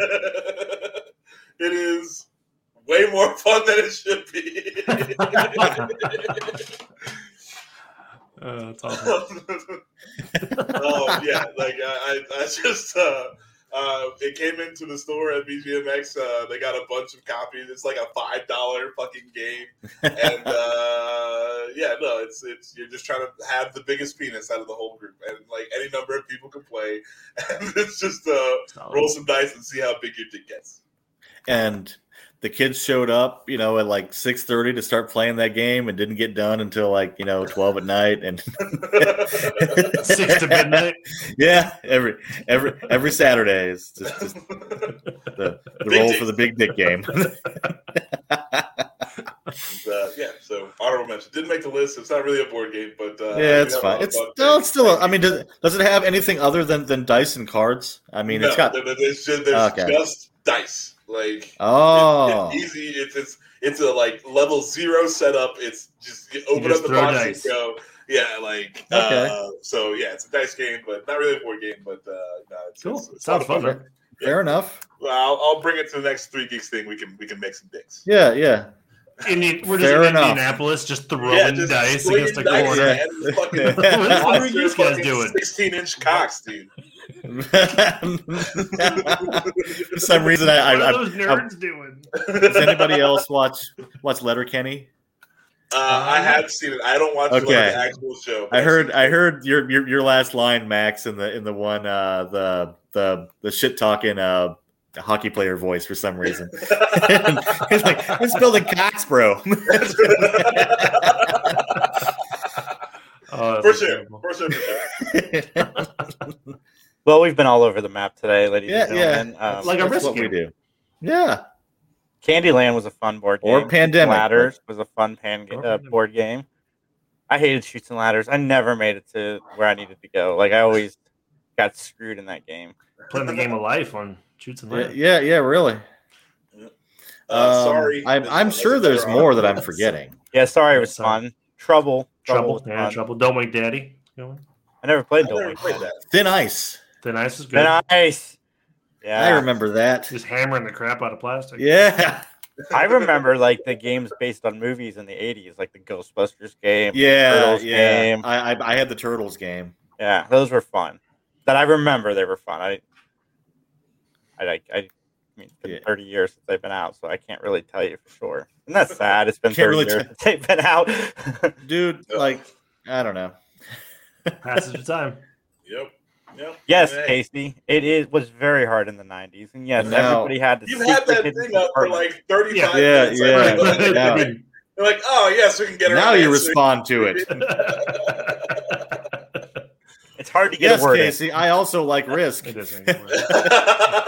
S2: it is way more fun than it should be.
S3: Uh, that's awesome.
S2: oh yeah, like I, I I just uh, uh, it came into the store at BGMX. Uh, they got a bunch of copies. It's like a five dollar fucking game, and uh, yeah, no, it's it's you're just trying to have the biggest penis out of the whole group, and like any number of people can play, and it's just uh,
S3: Solid.
S2: roll some dice and see how big your dick gets.
S1: And the kids showed up, you know, at like six thirty to start playing that game, and didn't get done until like you know twelve at night. And
S3: Six to midnight.
S1: yeah, every every every Saturday is just, just the, the
S2: Big
S1: roll
S2: dick.
S1: for the big dick game.
S2: uh, yeah, so honorable mention didn't make the list. It's not really a board game, but uh,
S1: yeah,
S2: you
S1: it's
S2: have a lot
S1: fine.
S2: of
S1: It's
S2: fun
S1: no,
S2: things.
S1: it's still. I mean, does, does it have anything other than than dice and cards? I mean, it's
S2: No,
S1: got.
S2: there- there's just, there's
S1: Okay.
S2: just dice. Like it's-
S1: Oh,
S2: it's easy. It's, it's it's a like level zero setup. It's just you open
S3: just
S2: up the
S3: throw
S2: box
S3: dice.
S2: and go. Yeah, like uh, so. Yeah, it's a dice game, but not really a board game. But uh, no, it's,
S3: Cool.
S2: it's, it's
S3: Sounds fun.
S1: okay.
S3: Though.
S1: fair enough.
S2: Well, I'll, I'll bring it to the next three geeks thing. We can we can make some dicks.
S1: Yeah, yeah.
S3: Indian, we're just
S1: Fair
S3: in
S1: enough.
S3: Indianapolis, just throwing
S2: Yeah, just
S3: dice
S2: swinging
S3: against a
S2: dice,
S3: corner.
S2: man. It's Fucking,
S3: What is the three
S2: monster
S3: geeks guys
S2: fucking
S3: doing?
S2: Sixteen inch cocks, dude.
S1: For some reason, I,
S3: What
S1: I,
S3: are
S1: I
S3: those nerds doing?
S1: does anybody else watch watch Letterkenny?
S2: Uh, I have seen it. I don't watch like,
S1: Okay.
S2: the actual show. but
S1: I
S2: I've
S1: heard
S2: seen
S1: I
S2: it.
S1: heard your your, your last line, Max, in the in the one uh, the the the shit talking uh, hockey player voice for some reason. it's like it's building Cox, bro.
S3: Oh,
S2: For
S3: that's
S2: sure,
S3: terrible.
S2: for sure, for sure.
S1: yeah,
S4: Well, we've been all over the map today, ladies and
S1: Yeah, yeah.
S4: gentlemen. Um,
S3: Like a
S1: that's what
S3: risk
S1: we
S3: game.
S1: do. Yeah,
S4: Candyland was a fun board game.
S1: Or Pandemic, but-
S4: Ladders was a fun pan
S3: Or
S4: uh,
S3: Pandemic.
S4: board game. I hated shoots and ladders. I never made it to where I needed to go. Like I always got screwed in that game.
S3: Playing the game of life on shoots and
S1: yeah,
S3: ladders.
S1: yeah, yeah, really.
S2: Uh,
S1: Um,
S2: sorry,
S1: I'm I'm
S2: That's
S1: sure
S2: another
S1: there's
S2: honorable
S1: more that I'm
S2: mention.
S1: forgetting.
S4: Yeah, sorry, it was
S3: Sorry.
S4: fun. Trouble, trouble,
S3: Trouble,
S4: was
S3: yeah,
S4: fun.
S3: trouble. Don't wake daddy. You know?
S4: I never
S2: I
S4: played
S2: never
S4: Double.
S2: played that.
S1: Thin Ice.
S3: The ice is good.
S4: Nice. Yeah,
S1: I remember that.
S3: Just hammering the crap out of plastic.
S1: Yeah,
S4: I remember like the games based on movies in the '80s, like the Ghostbusters game.
S1: yeah,
S4: Turtles
S1: yeah.
S4: game.
S1: I, I I had the Turtles game.
S4: Yeah, those were fun. That I remember they were fun. I, I, I, I mean, it's been
S1: Yeah.
S4: 30 years since they've been out, so I can't really tell you for sure. And that's sad. It's been
S1: Can't
S4: 30
S1: really
S4: years
S1: tell-
S4: since they've been out.
S1: Dude,
S2: Yeah.
S1: like I don't know.
S3: Passage of time.
S2: Yep. Yep.
S4: yes,
S2: Hey,
S4: Casey, it is was very hard in the 90s, and yes,
S1: No.
S4: everybody had to.
S2: You've
S4: secret
S2: had that
S4: hidden
S2: thing up for
S4: compartment.
S2: like 35
S3: Yeah,
S2: minutes.
S1: yeah,
S2: Like,
S1: yeah.
S2: you're
S1: Yeah.
S2: like- You're like, oh, yes, we can get
S1: now
S2: around
S1: you
S2: this.
S1: respond to it.
S4: It's hard to get
S1: yes,
S4: a word. in.
S1: Casey. I also like Risk.
S3: It doesn't work.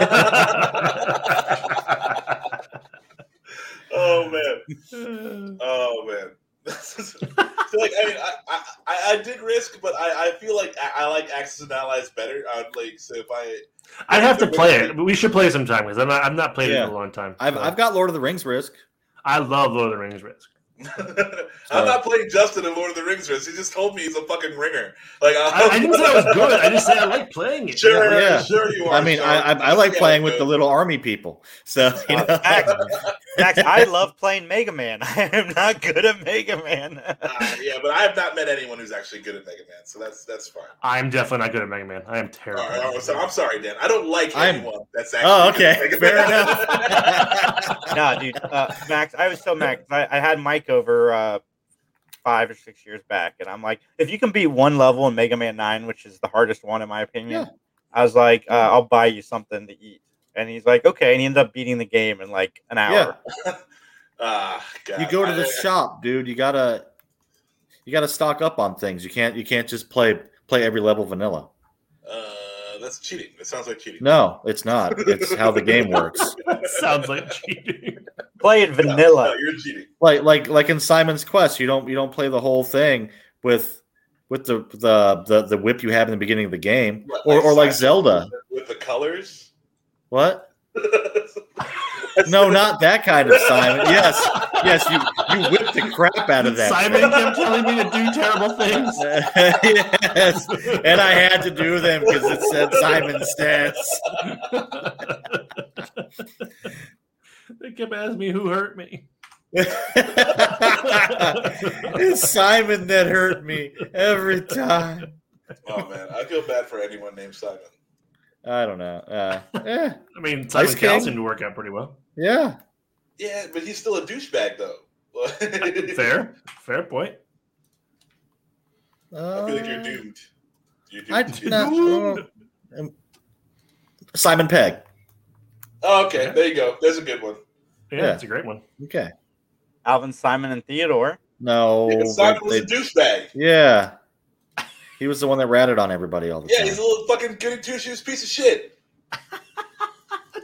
S2: oh, man. Oh man. so like I mean I, I, I I did risk, but I, I feel like I, I like Axis and Allies better. I'd like so if I
S3: I'd have to play it. but We should play sometime because I'm not. I'm not played it
S1: Yeah.
S3: in a long time.
S1: I've
S3: so.
S1: I've got Lord of the Rings Risk.
S3: I love Lord of the Rings Risk.
S1: Uh,
S2: I'm not playing Justin in Lord of the Rings. Riz. He just told me he's a fucking ringer. Like
S3: I, I didn't say I was good. I just said I like playing it.
S2: Sure,
S1: Yeah.
S2: sure you are.
S1: I mean,
S2: sure.
S1: I, I, I like
S2: Yeah,
S1: playing with the
S2: but-
S1: little army people. So
S4: Uh,
S1: you know,
S4: Max, Max, I love playing Mega Man. I am not good at Mega Man.
S2: Uh, yeah, but I have not met anyone who's actually good at Mega Man, so that's that's fine.
S3: I'm definitely not good at Mega Man. I am terrible.
S2: All right, all right, so I'm sorry, Dan. I don't like
S1: I'm-
S2: anyone that's actually.
S1: oh,
S2: good at
S1: okay,
S2: Mega
S1: fair
S2: Man.
S1: enough.
S4: nah, dude. Uh, Max, I was so Max. I, I had Mike over uh, five or six years back, and I'm like, if you can beat one level in Mega Man Nine, which is the hardest one in my opinion, I was like, uh, I'll buy you something to eat. And he's like, okay. And he ended up beating the game in like an hour.
S1: Yeah.
S2: Ah, God.
S1: you go to
S2: I-
S1: the shop, dude. You gotta you gotta stock up on things. You can't you can't just play play every level vanilla.
S2: Uh, that's cheating. That sounds like cheating.
S1: No, it's not. It's how the game works.
S3: Sounds like cheating.
S4: Play it
S2: No,
S4: vanilla.
S2: no, you're cheating.
S1: Like like like in Simon's Quest, you don't you don't play the whole thing with with the the the, the whip you have in the beginning of the game,
S2: What,
S1: or or like
S2: Sash-
S1: Zelda.
S2: with the colors. Oh,
S1: What?
S2: That's-
S1: No, not that kind of Simon. Yes, yes, you you whipped the crap out of that.
S3: Simon
S1: thing.
S3: kept telling me to do terrible things.
S1: yes, and I had to do them because it said Simon stats.
S3: they kept asking me who hurt me.
S1: it's Simon that hurt me every time.
S2: Oh man, I feel bad for anyone named Simon.
S1: I don't know. Uh, eh,
S3: I mean, Simon
S1: Ice
S3: Cowell
S1: King?
S3: seemed to work out pretty well.
S1: yeah,
S2: Yeah, but he's still a douchebag though.
S3: Fair, fair point.
S2: I feel like you're
S1: Uh,
S2: doomed. You're doomed.
S1: I
S2: to
S1: do
S2: be-
S1: not. um, Simon Pegg.
S2: Oh, okay, there you go. There's a good one.
S3: Yeah,
S1: Yeah.
S3: it's a great one.
S1: Okay.
S4: Alvin, Simon, and Theodore.
S1: No.
S2: Yeah, Simon was
S1: they-
S2: a douchebag.
S1: yeah. He was the one that ratted on everybody all the
S2: Yeah,
S1: time.
S2: he's a little fucking goody two shoes piece of shit.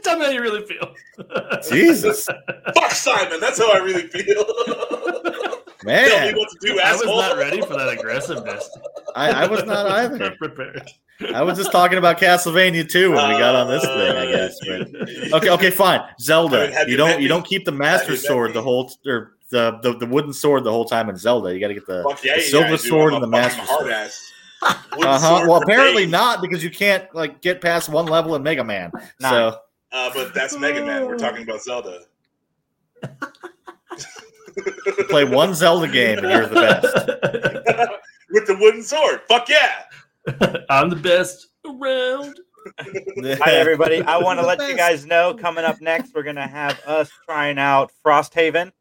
S3: Tell me how you really feel.
S1: Jesus,
S2: Fuck Simon. That's how I really feel. Tell me
S1: man,
S2: what to do,
S3: I was
S2: asshole.
S3: not ready for that aggressiveness.
S1: I, I was not either.
S3: Not prepared.
S1: I was just talking about Castlevania too when we got on this thing, I guess. But. Okay, okay, fine.
S2: I mean,
S1: Zelda,
S2: have
S1: you
S2: you
S1: don't
S2: met
S1: you
S2: me?
S1: don't keep the Master
S2: Have you met
S1: Sword
S2: me?
S1: the whole or the, the the wooden sword the whole time in Zelda. You got to get the
S2: Fuck yeah,
S1: the
S2: you
S1: silver
S2: guys do.
S1: sword and
S2: I'm a
S1: the
S2: fucking
S1: master
S2: hard
S1: sword.
S2: ass. Wooden
S1: uh huh.
S2: sword
S1: Well,
S2: for
S1: apparently
S2: days.
S1: not because you can't like get past one level in Mega Man.
S4: Nah.
S1: So
S2: Uh, but that's Mega Man.
S1: Oh.
S2: We're talking about Zelda.
S1: play one Zelda game and you're the best.
S2: With the wooden sword. Fuck yeah.
S3: I'm the best around.
S4: Hi, everybody. I want to let you guys know coming up next, we're going to have us trying out Frosthaven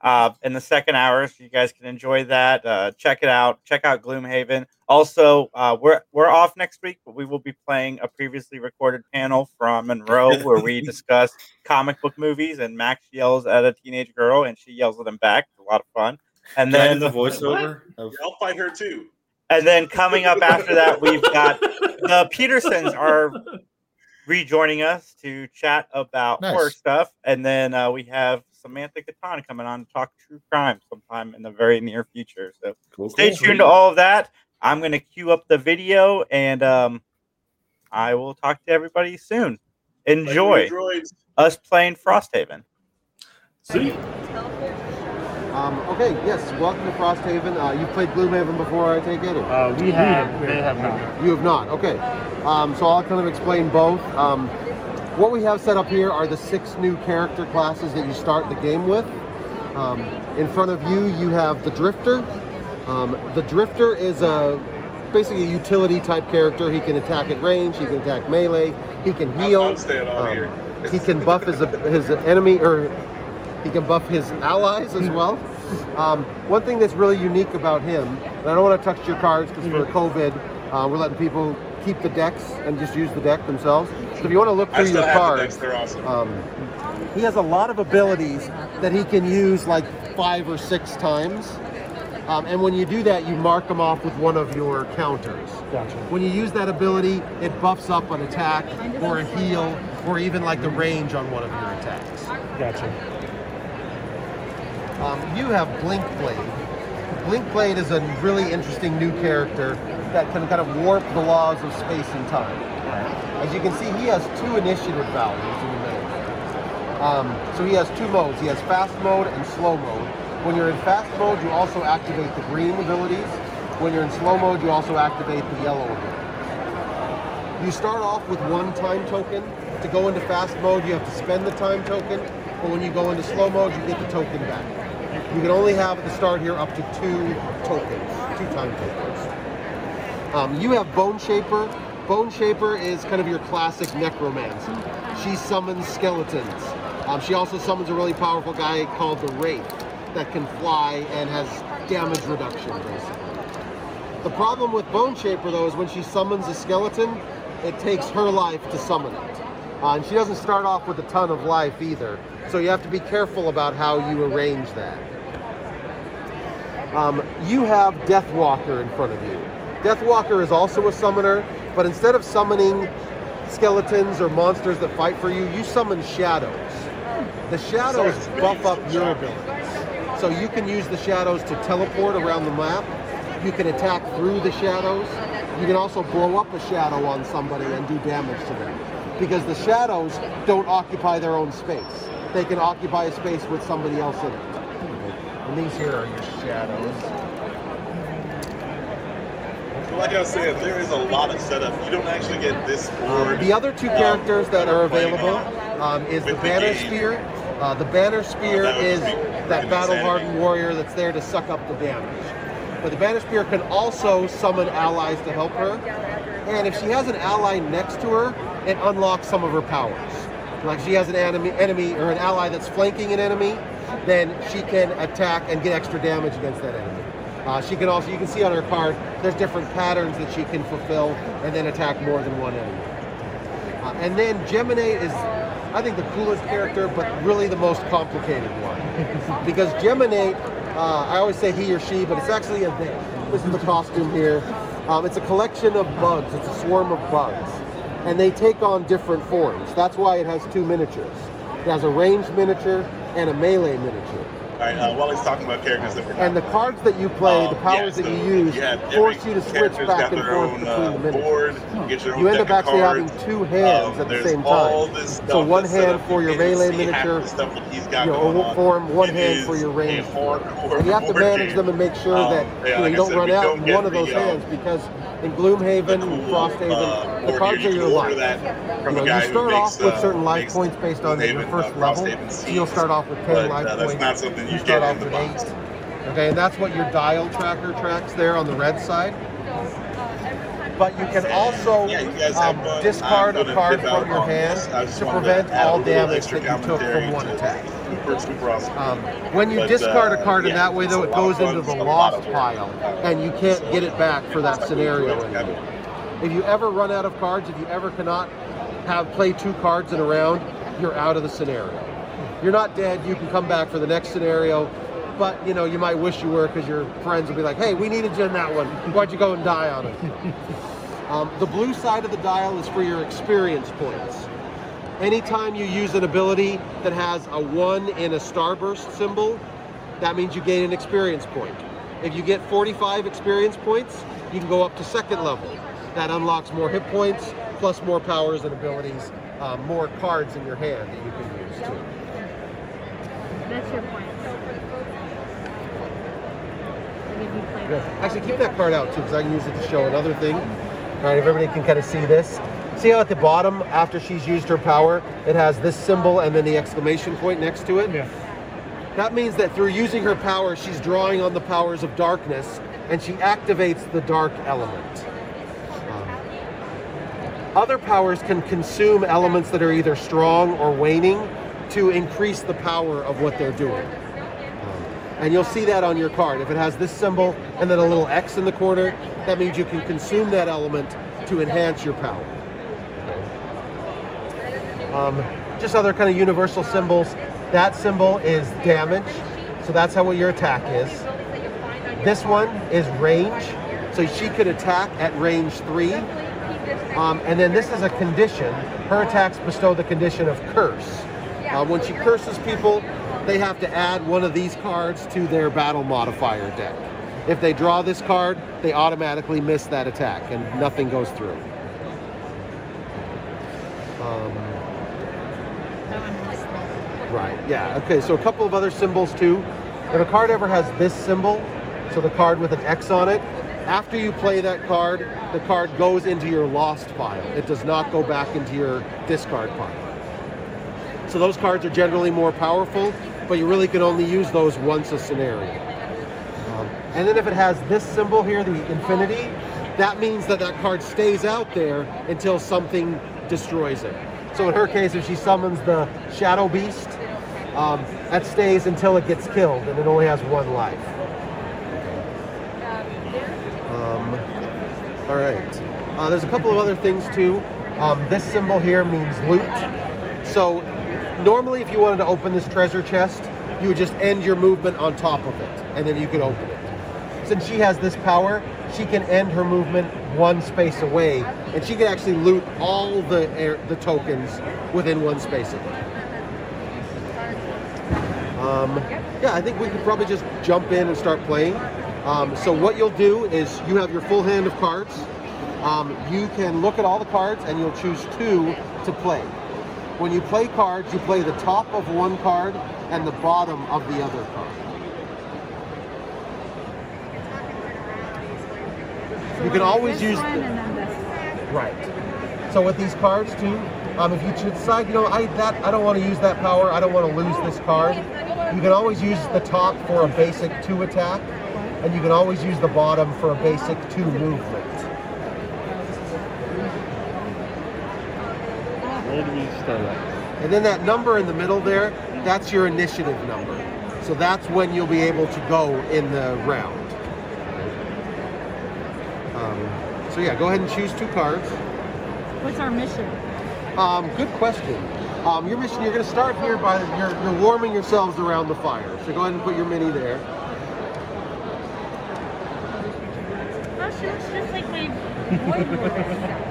S4: uh, in the second hour. So you guys can enjoy that. Uh, check it out. Check out Gloomhaven. Also, uh, we're, we're off next week, but we will be playing a previously recorded panel from Monroe where we discuss comic book movies. And Max yells at a teenage girl and she yells at him back. It's a lot of fun. And
S1: And then
S4: then
S1: the voiceover of
S2: I'll fight her too.
S4: and then coming up after that, we've got the Petersons are rejoining us to chat about
S1: Nice.
S4: horror stuff. And then uh, we have Samantha Catan coming on to talk true crime sometime in the very near future. So
S1: cool,
S4: stay
S1: cool.
S4: tuned to all of that. I'm going to queue up the video and um, I will talk to everybody soon.
S2: Like
S4: Enjoy
S2: droids.
S4: us playing Frosthaven.
S3: See,
S9: Um, okay, yes, welcome to Frosthaven. Uh, you've played Gloomhaven before, I take it? or-
S3: uh, we have, they have
S9: You have not, okay. Um, so I'll kind of explain both. Um, what we have set up here are the six new character classes that you start the game with. Um, in front of you, you have the Drifter. Um, the Drifter is a basically a utility type character. He can attack at range, he can attack melee, he can heal.
S2: I'm staying on
S9: Um,
S2: here.
S9: he can buff his his enemy or he can buff his allies as well. Um, one thing that's really unique about him, and I don't want to touch your cards because
S2: Mm-hmm.
S9: for COVID, uh, we're letting people keep the decks and just use the deck themselves. So if you want to look
S2: I
S9: through
S2: still
S9: your
S2: have the decks.
S9: cards,
S2: They're awesome.
S9: um, he has a lot of abilities that he can use like five or six times. Um, and when you do that, you mark them off with one of your counters. Gotcha. When you use that ability, it buffs up an attack or a heal or even like the range on one of your attacks. Um, you have Blink Blade. Blink Blade is a really interesting new character that can kind of warp the laws of space and time. As you can see, he has two initiative values in the middle. Um, so he has two modes. He has fast mode and slow mode. When you're in fast mode, you also activate the green abilities. When you're in slow mode, you also activate the yellow abilities. You start off with one time token. To go into fast mode, you have to spend the time token, but when you go into slow mode, you get the token back. You can only have at the start here up to two tokens, two time tokens. Um, you have Bone Shaper. Bone Shaper is kind of your classic necromancer. She summons skeletons. Um, she also summons a really powerful guy called the Wraith that can fly and has damage reduction, basically. The problem with Bone Shaper, though, is when she summons a skeleton, it takes her life to summon it. Uh, and she doesn't start off with a ton of life either. So you have to be careful about how you arrange that. Um, you have Deathwalker in front of you. Deathwalker is also a summoner, but instead of summoning skeletons or monsters that fight for you, you summon shadows. The shadows buff up your abilities. So you can use the shadows to teleport around the map. You can attack through the shadows. You can also blow up a shadow on somebody and do damage to them. Because the shadows don't occupy their own space. They can occupy a space with somebody else in it. And these here are your shadows.
S2: Like I said, there is a lot of setup. You don't actually get this board.
S9: The other two
S2: um,
S9: characters that are
S2: playing
S9: available um, is the
S2: With the
S9: Banner
S2: game.
S9: Spear. Uh, the Banner Spear
S2: that would
S9: is
S2: be
S9: that
S2: freaking
S9: battle hardened
S2: insanity.
S9: warrior that's there to suck up the damage. But the Banner Spear can also summon allies to help her. And if she has an ally next to her, it unlocks some of her powers. Like she has an enemy, enemy or an ally that's flanking an enemy, then she can attack and get extra damage against that enemy. Uh, she can also, you can see on her card, there's different patterns that she can fulfill and then attack more than one enemy. Uh, and then Gemini is, I think, the coolest character, but really the most complicated one. because Gemini, uh, I always say he or she, but it's actually a they. This is the costume here. Um, it's a collection of bugs, it's a swarm of bugs. And they take on different forms. That's why it has two miniatures it has a ranged miniature and a melee miniature.
S2: All right, uh, while he's talking about characters that we're not
S9: And the cards that you play,
S2: Um,
S9: the powers
S2: yeah,
S9: that
S2: so
S9: you use,
S2: have
S9: force
S2: every
S9: you to switch
S2: character's
S9: back
S2: got
S9: and
S2: their
S9: forth
S2: own,
S9: between
S2: uh,
S9: the miniatures.
S2: board, you get your own
S9: You end up
S2: deck of
S9: actually having
S2: cards.
S9: two hands
S2: Um,
S9: at the
S2: there's
S9: same
S2: all
S9: time.
S2: this
S9: So
S2: stuff
S9: one
S2: that's
S9: hand
S2: set up.
S9: for
S2: You
S9: your
S2: can't
S9: melee
S2: see half
S9: miniature,
S2: the stuff that he's got
S9: you
S2: going
S9: know,
S2: on.
S9: form one
S2: It
S9: hand
S2: is
S9: for your
S2: a
S9: range.
S2: hard
S9: And you have to
S2: board
S9: manage
S2: game.
S9: them and make sure
S2: Um,
S9: that
S2: yeah,
S9: you, know,
S2: like I
S9: you don't
S2: said,
S9: run
S2: we
S9: out
S2: don't
S9: in
S2: get
S9: one of
S2: the,
S9: those
S2: um,
S9: hands because in
S2: the
S9: Gloomhaven,
S2: cool,
S9: Frosthaven,
S2: uh,
S9: the
S2: board
S9: cards
S2: here.
S9: are
S2: You
S9: your
S2: can order
S9: life.
S2: that
S9: You,
S2: from
S9: know,
S2: a
S9: you
S2: guy who
S9: start
S2: makes,
S9: off with
S2: uh,
S9: certain life
S2: makes
S9: points based on your
S2: Gloomhaven,
S9: first
S2: uh,
S9: level.
S2: Frosthaven
S9: So you'll
S2: scenes.
S9: start off with 10
S2: But,
S9: life
S2: uh, that's
S9: points.
S2: not something you
S9: start
S2: get
S9: off
S2: in the
S9: with
S2: box.
S9: eight. Okay, and that's what your dial tracker tracks there on the red side. But you can also
S2: Yeah, you guys have
S9: um,
S2: fun.
S9: discard
S2: I'm
S9: a
S2: gonna
S9: card
S2: dip out
S9: from your
S2: on
S9: hand
S2: this. I just
S9: to
S2: wanted
S9: prevent
S2: add a
S9: all
S2: little
S9: damage
S2: extra
S9: that you took
S2: commentary
S9: from one
S2: to
S9: attack.
S2: Super, super awesome.
S9: Um, when you
S2: But,
S9: discard
S2: uh,
S9: a card in
S2: yeah,
S9: that way,
S2: it's
S9: though,
S2: a
S9: it
S2: lot of
S9: goes
S2: fun,
S9: into the
S2: it's a lot
S9: lost
S2: of work.
S9: pile, and you can't get it back for that scenario anymore. If you ever run out of cards, if you ever cannot have play two cards in a round, you're out of the scenario. You're not dead. You can come back for the next scenario, but you know you might wish you were because your friends will be like, "Hey, we needed you in that one. Why'd you go and die on it?" Um, the blue side of the dial is for your experience points. Anytime you use an ability that has a one in a starburst symbol, that means you gain an experience point. If you get 45 experience points, you can go up to second level. That unlocks more hit points, plus more powers and abilities, um, more cards in your hand that you can use too.
S10: That's your point.
S9: Actually, keep that card out too, because I can use it to show another thing. All right, everybody can kind of see this. See how at the bottom, after she's used her power, it has this symbol and then the exclamation point next to it? Yeah. That means that through using her power, she's drawing on the powers of darkness, and she activates the dark element. Um, Other powers can consume elements that are either strong or waning to increase the power of what they're doing. Um, And you'll see that on your card. If it has this symbol and then a little X in the corner, that means you can consume that element to enhance your power. Um, just other kind of universal symbols. That symbol is damage, so that's how what your attack is. This one is range, so she could attack at range three. Um, and then this is a condition. Her attacks bestow the condition of curse. Uh, when she curses people, they have to add one of these cards to their battle modifier deck. If they draw this card, they automatically miss that attack and nothing goes through. Um, Right, yeah. Okay, so a couple of other symbols too. If a card ever has this symbol, so the card with an X on it, after you play that card, the card goes into your lost pile. It does not go back into your discard pile. So those cards are generally more powerful, but you really can only use those once a scenario. Um, and then if it has this symbol here, the infinity, that means that that card stays out there until something destroys it. So in her case, if she summons the Shadow Beast, um, that stays until it gets killed, and it only has one life. Um, all right. Uh, there's a couple of other things too. Um, this symbol here means loot. So normally, if you wanted to open this treasure chest, you would just end your movement on top of it, and then you could open it. Since she has this power, she can end her movement one space away, and she can actually loot all the air, the tokens within one space of it. Um, yeah, I think we could probably just jump in and start playing. Um, so what you'll do is you have your full hand of cards. Um, you can look at all the cards and you'll choose two to play. When you play cards, you play the top of one card and the bottom of the other card. You can always use
S10: This one and then this one.
S9: Right. So with these cards too, um, if you ch- decide, you know, I that I don't want to use that power, I don't want to lose this card, you can always use the top for a basic two attack, and you can always use the bottom for a basic two movement.
S11: Where do we start at?
S9: And then that number in the middle there, that's your initiative number. So that's when you'll be able to go in the round. Um, so yeah, go ahead and choose two cards.
S10: What's our mission?
S9: Um, good question. Um, your mission, you're going to start here by you're, you're warming yourselves around the fire. So go ahead and put your mini there.
S10: Oh, she looks just like my boy.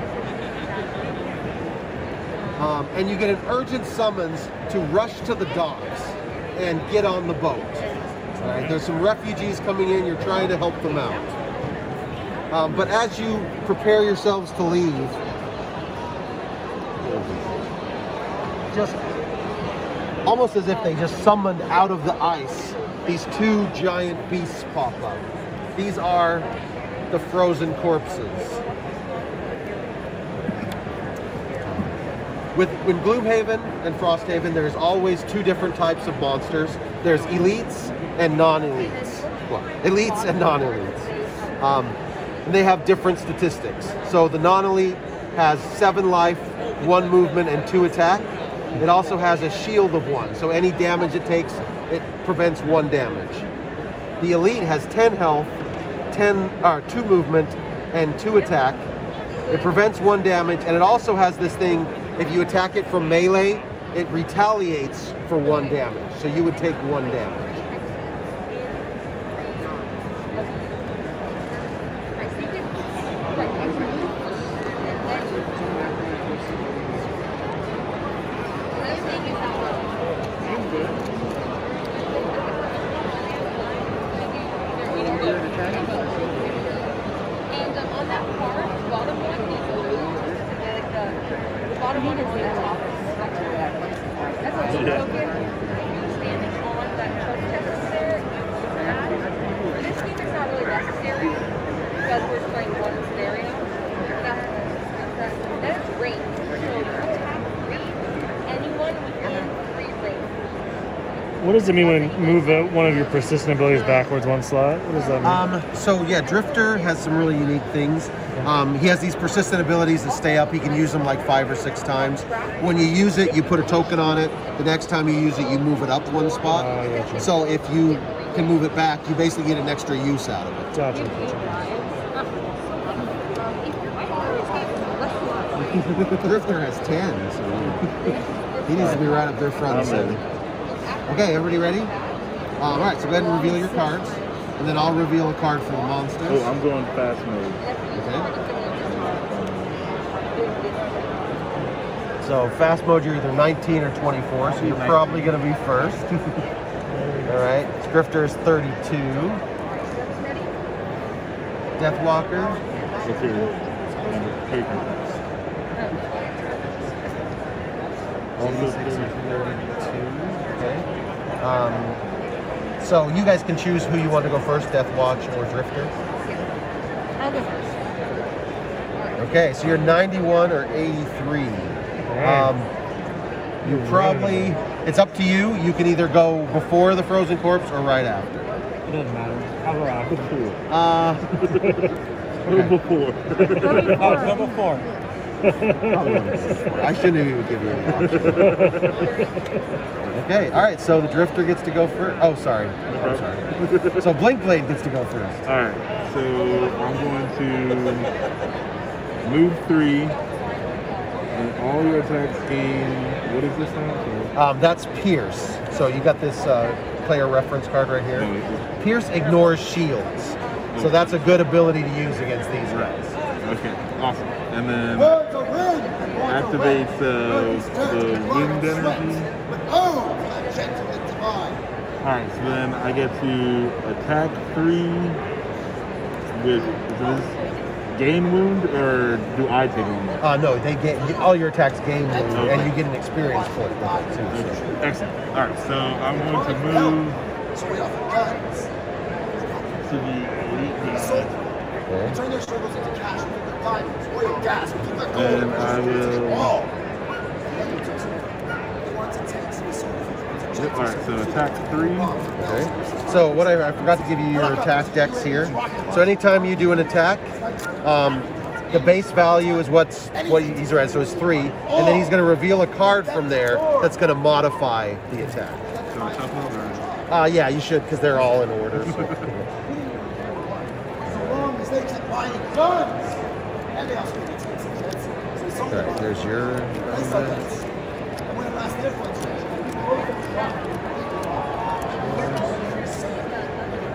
S9: Um, and you get an urgent summons to rush to the docks and get on the boat. All right, there's some refugees coming in. You're trying to help them out. Um, but as you prepare yourselves to leave, just almost as if they just summoned out of the ice, these two giant beasts pop up. These are the frozen corpses. With when Gloomhaven and Frosthaven, there's always two different types of monsters. There's elites and non-elites. Well, elites and non-elites. Um, and they have different statistics. So the non-elite has seven life, one movement, and two attack. It also has a shield of one, so any damage it takes, it prevents one damage. The elite has 10 health, 10 or two movement, and two attack. It prevents one damage, and it also has this thing if you attack it from melee, it retaliates for one damage. So you would take one damage.
S11: What does it mean when move uh, one of your persistent abilities backwards one slot? What does that mean?
S9: Um, so yeah, Drifter has some really unique things. Um, he has these persistent abilities that stay up. He can use them like five or six times. When you use it, you put a token on it. The next time you use it, you move it up one spot.
S11: Oh,
S9: So if you can move it back, you basically get an extra use out of it.
S11: Gotcha.
S9: Drifter has ten, so he needs to be right up there front. So. Okay, everybody ready? all right, so go ahead and reveal your cards, and then I'll reveal a card for the monsters.
S11: Oh, I'm going fast mode.
S9: So fast mode, you're either 19 or 24, so you're probably going to be first. All right, Drifter is 32. Deathwalker,
S11: If you're on the paper fast. I'll move
S9: 32. Okay. Um, So you guys can choose who you want to go first, Death Watch or Drifter.
S10: I'll go first.
S9: Okay, so you're 91 or 83. Um, you probably, it's up to you. You can either go before the frozen corpse or right after.
S11: It doesn't matter. Have a rock.
S9: Uh,
S11: Go before.
S9: Go
S11: before.
S9: I shouldn't have even given you the option. okay, all right, so the drifter gets to go first. Oh, sorry. I'm sorry. So Blink Blade gets to go first.
S12: All right, so I'm going to move three, and all your attacks gain. What is this now? Sorry.
S9: Um, that's Pierce. So you got this uh, player reference card right here. Pierce ignores shields, so that's a good ability to use against these guys.
S12: Okay, awesome. And then activates uh, the wind energy. All right, so then I get to attack three with is this gain wound, or do I take a wound?
S9: Uh, no, they get all your attacks gain wound, and you get an experience point with it too. So.
S12: Excellent. All right, so I'm going to move to the 18.
S8: Turn their struggles into cash with the diamonds, oil, gas, with the gold.
S12: And I will-
S8: All. They want to take some sort of-
S12: All right, so attack three.
S9: Okay. So what I, I forgot to give you your attack decks here. So anytime you do an attack, um, the base value is what's what he's at, so it's three, and then he's going to reveal a card from there that's going to modify the attack.
S12: So shuffle or
S9: Uh, yeah, you should because they're all in order. So.
S8: So long as they keep buying guns. And they also need to take some hits. So some
S9: All right, there's your.
S8: place like this. And when it lasts their ones, we broke them down.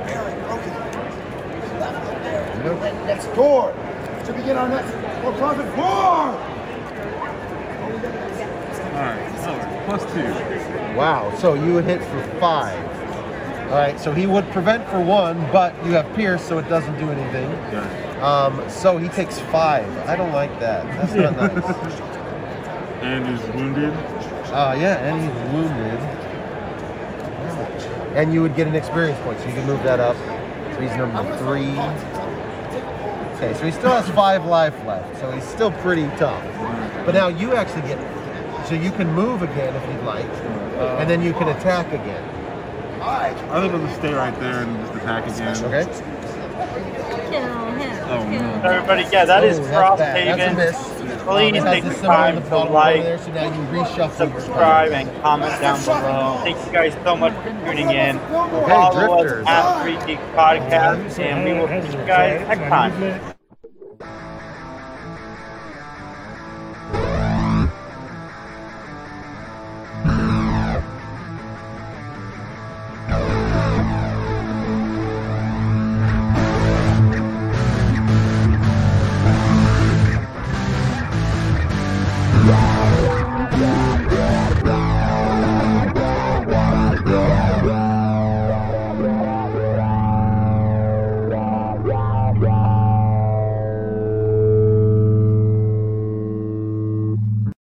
S8: Aaron broke it. Left them there. Went next door to begin our next for profit war.
S12: All right, all right, plus two.
S9: Wow, so you would hit for five. All right, so he would prevent for one, but you have Pierce, so it doesn't do anything. Um, so he takes five. I don't like that. That's not nice.
S12: And is wounded.
S9: Uh, yeah, and he's wounded. And you would get an experience point, so you can move that up. So he's number three. Okay, so he still has five life left, so he's still pretty tough. But now you actually get, so you can move again if you'd like, and then you can attack again.
S12: I think we'll just stay right there and just attack again.
S9: Okay.
S12: Oh no.
S4: Everybody, yeah, that is
S9: Oh, that's
S4: Cross
S9: bad.
S4: Haven.
S9: That's a miss. Um,
S4: Please
S9: it has
S4: take
S9: the
S4: the
S9: symbol on
S4: time
S9: the
S4: to
S9: bottom over
S4: like,
S9: there, so now you reshuffle your
S4: subscribe, and comment down below. Thank you guys so much for tuning in. Follow us
S9: Drifters.
S4: at Three Geeks Podcast, and we will see you guys next time.